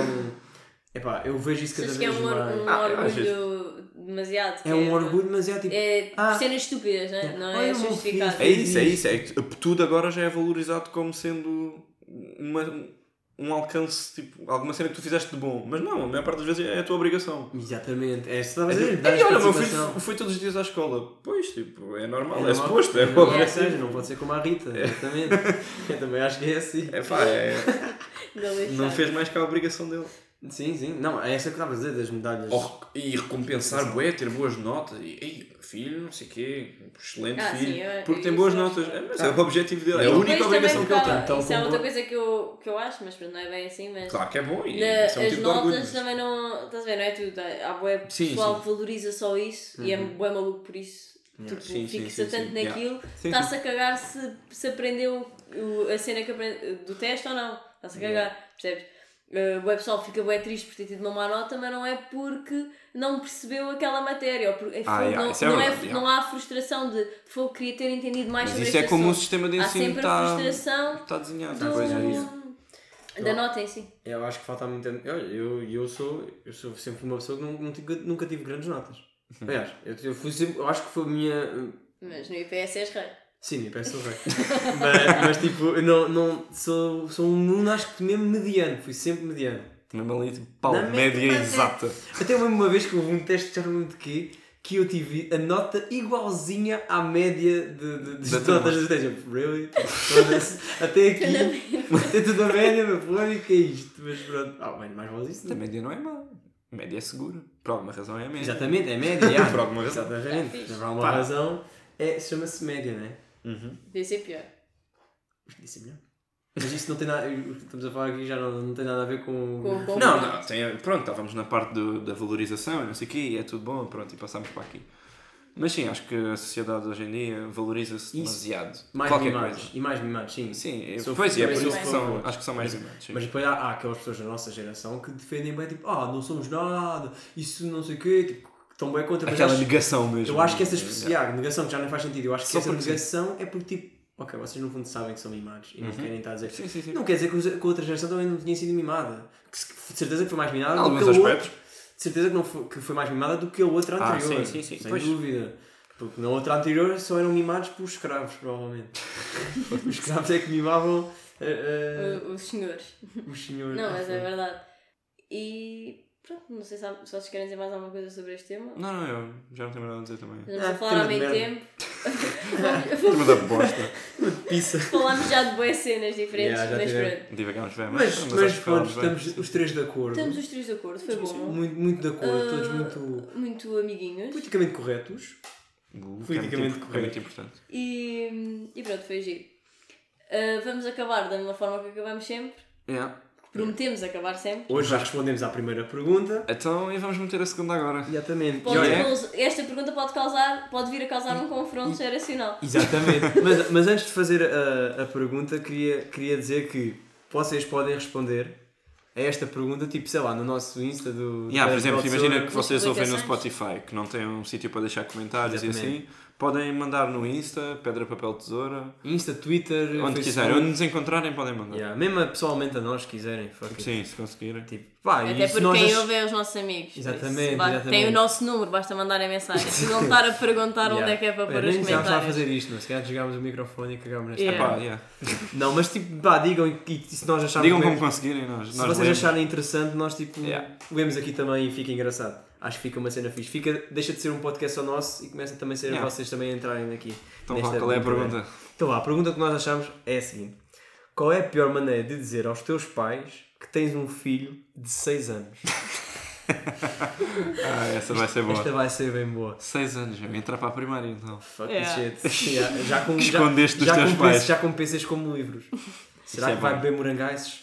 Speaker 2: Epá, eu vejo isso cada
Speaker 3: Acho que é
Speaker 2: vez
Speaker 3: um, or-
Speaker 2: mais.
Speaker 3: um
Speaker 1: Ah, eu acho
Speaker 3: orgulho demasiado. que
Speaker 2: É um orgulho, mas é tipo.
Speaker 3: É
Speaker 2: Ah.
Speaker 3: cenas estúpidas, né? não é?
Speaker 2: Olha o meu
Speaker 3: justificado.
Speaker 1: É isso, é isso. É que tudo agora já é valorizado como sendo uma, um um alcance, tipo, alguma cena que tu fizeste de bom. Mas não, a maior parte das vezes é a tua obrigação.
Speaker 2: Exatamente. É isso que
Speaker 1: É
Speaker 2: estavas a dizer.
Speaker 1: tipo,
Speaker 2: dás
Speaker 1: "Ei, olha, o meu
Speaker 2: participação.
Speaker 1: filho foi todos os dias à escola. Pois, tipo, é normal, é,
Speaker 2: normal.
Speaker 1: suposto, é
Speaker 2: Não,
Speaker 1: óbvio.
Speaker 2: ou seja, não pode ser como a Rita, exatamente. Eu também acho que é assim.
Speaker 1: É pá, é-
Speaker 3: Não, deixar.
Speaker 1: não fez mais que a obrigação dele.
Speaker 2: Sim, sim. Não, é essa que eu estava a dizer das medalhas.
Speaker 1: Ou rec- e recompensar, bué, ter boas notas. E, ei, filho, não sei o quê, excelente
Speaker 3: Ah,
Speaker 1: filho.
Speaker 3: sim, eu-
Speaker 1: porque
Speaker 3: eu-
Speaker 1: tem boas
Speaker 3: isso eu
Speaker 1: notas.
Speaker 3: acho
Speaker 1: É,
Speaker 3: que-
Speaker 1: mas é o objetivo dele, é a
Speaker 2: Mas
Speaker 1: única
Speaker 3: Depois
Speaker 1: obrigação que
Speaker 3: também
Speaker 1: ele tem.
Speaker 3: fala-
Speaker 2: então,
Speaker 3: Isso é
Speaker 2: com
Speaker 3: outra
Speaker 2: bo-
Speaker 3: coisa que eu, que eu acho, mas pronto, não é bem assim, mas...
Speaker 1: Claro que é bom e
Speaker 3: Na-
Speaker 1: isso é um
Speaker 3: as
Speaker 1: tipo de orgulho.
Speaker 3: notas
Speaker 1: mas-
Speaker 3: também não. Estás a ver, não é tudo. Há há bué
Speaker 1: Sim,
Speaker 3: pessoal
Speaker 1: sim. Uhum.
Speaker 3: que valoriza só isso e é bué maluco por isso.
Speaker 2: Yeah.
Speaker 3: Tipo,
Speaker 1: Sim, sim,
Speaker 3: fixa
Speaker 1: sim,
Speaker 3: tanto
Speaker 1: sim.
Speaker 3: naquilo,
Speaker 2: Sim,
Speaker 3: está-se a cagar se, se aprendeu o- a cena que aprende, do teste ou não. Está-se a cagar, percebes? Uh, o pessoal fica bem triste por ter tido uma má nota, mas não é porque não percebeu aquela matéria. Ou porque,
Speaker 1: Ah, yeah,
Speaker 3: não,
Speaker 1: isso é
Speaker 3: não, é-
Speaker 1: verdade, yeah.
Speaker 3: não há frustração de fogo, queria ter entendido mais
Speaker 1: Mas
Speaker 3: sobre
Speaker 1: isso é
Speaker 3: este
Speaker 1: como o
Speaker 3: assunto."
Speaker 1: sistema de
Speaker 3: Há
Speaker 1: ensino
Speaker 3: sempre a
Speaker 1: está
Speaker 3: frustração
Speaker 1: tá desenhado.
Speaker 3: do-
Speaker 1: Pois é isso. Então-
Speaker 3: da nota em si.
Speaker 2: Eu acho que falta muita. Eu, eu, eu, sou, eu sou sempre uma pessoa que nun- nunca, nunca tive grandes notas.
Speaker 1: Uhum.
Speaker 2: Aliás, eu, eu, fui sempre, eu acho que foi a minha.
Speaker 3: Mas no IPS és rei.
Speaker 2: Sim, eu peço bem. mas, mas tipo, eu não, não, sou, sou um aluno, acho que mesmo mediano, fui sempre mediano.
Speaker 1: Mesmo ali, tipo, pau,
Speaker 2: Na média,
Speaker 1: média
Speaker 2: mas é-
Speaker 1: exata.
Speaker 2: Até mesmo uma vez que houve um teste, já não me lembro de quê, que eu tive a nota igualzinha à média de, de, das
Speaker 1: Da turma.
Speaker 2: notas do teste. Eu, Really? Foda-se. Até aqui, até tudo a média, meu problema que é isto. Mas pronto, ah, bem, mais vale isso.
Speaker 1: A média não é má. A média é segura. Por alguma razão é a média.
Speaker 2: Exatamente, é média, já.
Speaker 1: Por alguma razão.
Speaker 2: Exatamente,
Speaker 3: Tá fixe.
Speaker 2: por alguma
Speaker 1: Pá.
Speaker 2: razão, é, chama-se média, não é?
Speaker 3: Devia ser pior.
Speaker 2: Isso é melhor. Mas isso não tem nada, estamos a falar aqui já não, não tem nada a ver com...
Speaker 3: Com- com-
Speaker 1: Não, não, tem- pronto, estávamos na parte do- da valorização e não sei o quê, e é tudo bom, pronto, e passámos para aqui. Mas sim, acho que a sociedade hoje em dia valoriza-se
Speaker 2: Isso.
Speaker 1: demasiado.
Speaker 2: Mais
Speaker 1: Qualquer
Speaker 2: mimados,
Speaker 1: coisa.
Speaker 2: e mais mimados, sim.
Speaker 1: Sim, é-
Speaker 2: Sou-
Speaker 1: pois é,
Speaker 2: também
Speaker 1: por
Speaker 2: sou
Speaker 1: isso que
Speaker 2: a
Speaker 1: são,
Speaker 2: favor.
Speaker 1: acho que são mais mimados. sim.
Speaker 2: Mas depois há, há aquelas pessoas da nossa geração que defendem bem, tipo, ah, não somos nada, isso não sei o quê, tipo, que estão bem contra, mas
Speaker 1: Aquela
Speaker 2: acho-
Speaker 1: negação mesmo.
Speaker 2: eu acho que essas pessoas, ah, negação que já não faz sentido, eu acho que
Speaker 1: Só
Speaker 2: essa
Speaker 1: porque sim.
Speaker 2: negação é porque, tipo, ok, vocês no fundo sabem que são mimados e não querem estar a dizer...
Speaker 1: Uhum. Sim, sim, sim.
Speaker 2: Não quer dizer que os- que a outra geração também não tinha sido mimada. Que se- de certeza que foi mais mimada do que
Speaker 1: Alguns
Speaker 2: a outra.
Speaker 1: aspectos.
Speaker 2: De certeza que, não foi, que foi mais mimada do que a outra
Speaker 1: Ah,
Speaker 2: anterior.
Speaker 1: sim, sim, sim.
Speaker 2: Sem
Speaker 1: Pois.
Speaker 2: dúvida. Porque na outra anterior só eram mimados por escravos, provavelmente. os escravos é que mimavam eh,
Speaker 3: O- Os senhores.
Speaker 2: eh, os senhores.
Speaker 3: Não, mas é verdade. E pronto, não sei se, há- se vocês querem dizer mais alguma coisa sobre este tema.
Speaker 1: Não, não, eu já não tenho nada a dizer também.
Speaker 3: Estamos
Speaker 2: Ah,
Speaker 3: a falar
Speaker 2: tema
Speaker 3: ao
Speaker 2: de
Speaker 3: meio
Speaker 2: merda.
Speaker 3: tempo. Vamos-
Speaker 1: Turma da bosta.
Speaker 2: Pizza.
Speaker 3: Falámos já de boas cenas diferentes,
Speaker 2: Yeah, já
Speaker 3: mas
Speaker 2: tivemos.
Speaker 3: pronto.
Speaker 1: Divagámos bem, mas,
Speaker 2: Mas,
Speaker 1: mas
Speaker 2: mas
Speaker 1: acho
Speaker 2: pronto,
Speaker 1: que falámos bem.
Speaker 2: estamos os três de acordo.
Speaker 3: Estamos os três de acordo, foi bom.
Speaker 2: muito, muito de acordo, todos
Speaker 3: Ah,
Speaker 2: muito
Speaker 3: Muito amiguinhos.
Speaker 2: politicamente corretos.
Speaker 1: Uh, que é muito,
Speaker 2: politicamente
Speaker 1: imp- é muito importante.
Speaker 3: E, e pronto, foi giro. Ah, vamos acabar da mesma forma que acabamos sempre.
Speaker 1: Yeah.
Speaker 3: que Prometemos acabar sempre.
Speaker 2: Hoje já respondemos à primeira pergunta.
Speaker 1: Então, e vamos meter a segunda agora.
Speaker 2: Exatamente.
Speaker 3: Pode
Speaker 2: E olha-
Speaker 3: caus- Esta pergunta pode causar, pode vir a causar um confronto geracional.
Speaker 2: Exatamente. mas, mas antes de fazer a, a pergunta, queria, queria dizer que vocês podem responder a esta pergunta, tipo, sei lá, no nosso Insta do. do
Speaker 1: Yeah, por
Speaker 2: Pedro
Speaker 1: exemplo,
Speaker 2: Baltesoura.
Speaker 1: imagina que vocês
Speaker 3: Nas
Speaker 1: ouvem no
Speaker 3: publicações.
Speaker 1: Spotify, que não têm um sítio para deixar comentários
Speaker 2: Exatamente.
Speaker 1: e assim, podem mandar no Insta, Pedra, Papel, Tesoura,
Speaker 2: Insta, Twitter,
Speaker 1: onde
Speaker 2: Facebook.
Speaker 1: quiserem. Onde nos encontrarem, podem mandar.
Speaker 2: um- Yeah, mesmo pessoalmente a nós, se quiserem. fuck it.
Speaker 1: Sim, se conseguirem.
Speaker 2: Tipo, pá,
Speaker 3: Até
Speaker 2: e se
Speaker 3: porque
Speaker 2: nós.
Speaker 3: quem
Speaker 2: ach-
Speaker 3: ouve é os nossos amigos.
Speaker 2: Exatamente,
Speaker 3: Isso, ba- Tem
Speaker 2: exatamente.
Speaker 3: o nosso número, basta mandar a mensagem. Se não estar a perguntar
Speaker 2: Yeah.
Speaker 3: onde é que é para
Speaker 2: Olha,
Speaker 3: pôr os
Speaker 2: nem precisávamos estar a
Speaker 3: comentários.
Speaker 2: fazer isto, mas se calhar jogámos o microfone e cagámos nesta
Speaker 3: Yeah.
Speaker 1: Epá, yeah.
Speaker 2: parte. Não, mas tipo, pá, digam e, e se nós acharmos.
Speaker 1: Digam
Speaker 2: mesmo-
Speaker 1: como conseguirem, nós,
Speaker 2: Se
Speaker 1: nós
Speaker 2: vocês
Speaker 1: lemos.
Speaker 2: acharem interessante, nós tipo
Speaker 1: Yeah.
Speaker 2: lemos aqui também e fica engraçado. Acho que fica uma cena fixe. Fica, deixa de ser um podcast só nosso e começa também a ser
Speaker 1: Yeah.
Speaker 2: vocês também a entrarem aqui.
Speaker 1: Então
Speaker 2: nesta
Speaker 1: vá, qual é a
Speaker 2: brincadeira.
Speaker 1: pergunta?
Speaker 2: Então vá, a pergunta que nós achamos é a seguinte: Qual é a pior maneira de dizer aos teus pais que tens um filho de 6 anos?
Speaker 1: Ah, essa vai ser
Speaker 2: Esta
Speaker 1: boa.
Speaker 2: vai ser bem boa.
Speaker 1: Seis anos, eu entrar para a primária então.
Speaker 2: Fuck
Speaker 3: Yeah.
Speaker 2: this shit. Yeah, Já com,
Speaker 1: Que
Speaker 2: já,
Speaker 1: escondeste dos
Speaker 2: já
Speaker 1: teus
Speaker 2: com preços-
Speaker 1: pais.
Speaker 2: já com PCs como livros. Será
Speaker 1: é
Speaker 2: que vai
Speaker 1: bom.
Speaker 2: beber morangaices?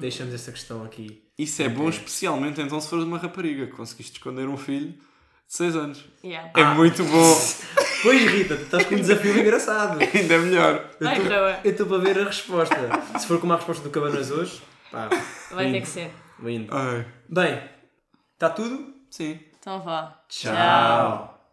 Speaker 2: Deixamos essa questão aqui.
Speaker 1: Isso é bom, especialmente então se fores uma rapariga, que conseguiste esconder um filho de seis anos.
Speaker 3: Yeah.
Speaker 2: Ah.
Speaker 1: É muito bom,
Speaker 2: Pois Rita, tu estás com um desafio engraçado.
Speaker 1: ainda é melhor.
Speaker 2: Eu
Speaker 3: Vai,
Speaker 2: tô-
Speaker 3: Raul.
Speaker 2: Eu estou para ver a resposta. Se for como a resposta do Cabanas hoje, pá,
Speaker 3: Vai ter que ser.
Speaker 2: lindo.
Speaker 1: Ai,
Speaker 2: Bem, está tudo?
Speaker 1: sim.
Speaker 3: Então vá.
Speaker 2: Tchau.